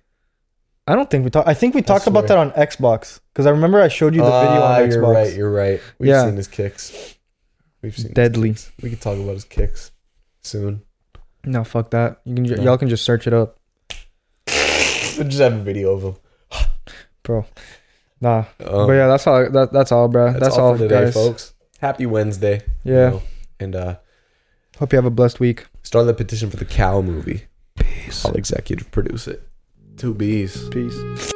Speaker 2: I don't think we talked. I think we talked about that
Speaker 1: swear.
Speaker 2: on Xbox because I remember I showed you the video
Speaker 1: Ah,
Speaker 2: on Xbox.
Speaker 1: You're right. You're right. We've
Speaker 2: Yeah.
Speaker 1: seen his kicks. We've seen.
Speaker 2: Deadly.
Speaker 1: His kicks. We could talk about his kicks soon.
Speaker 2: No, fuck that. You can ju-
Speaker 1: No.
Speaker 2: y'all can just search it up,
Speaker 1: Just have a video of him.
Speaker 2: bro. Nah,
Speaker 1: Um,
Speaker 2: but yeah, that's all. That, that's all, bro. That's, all,
Speaker 1: for today,
Speaker 2: guys.
Speaker 1: folks. Happy Wednesday. you
Speaker 2: Yeah.
Speaker 1: know, and uh,
Speaker 2: Hope you have a blessed week.
Speaker 1: start the petition for the cow movie. Peace. I'll executive produce it. Two bees.
Speaker 2: Peace.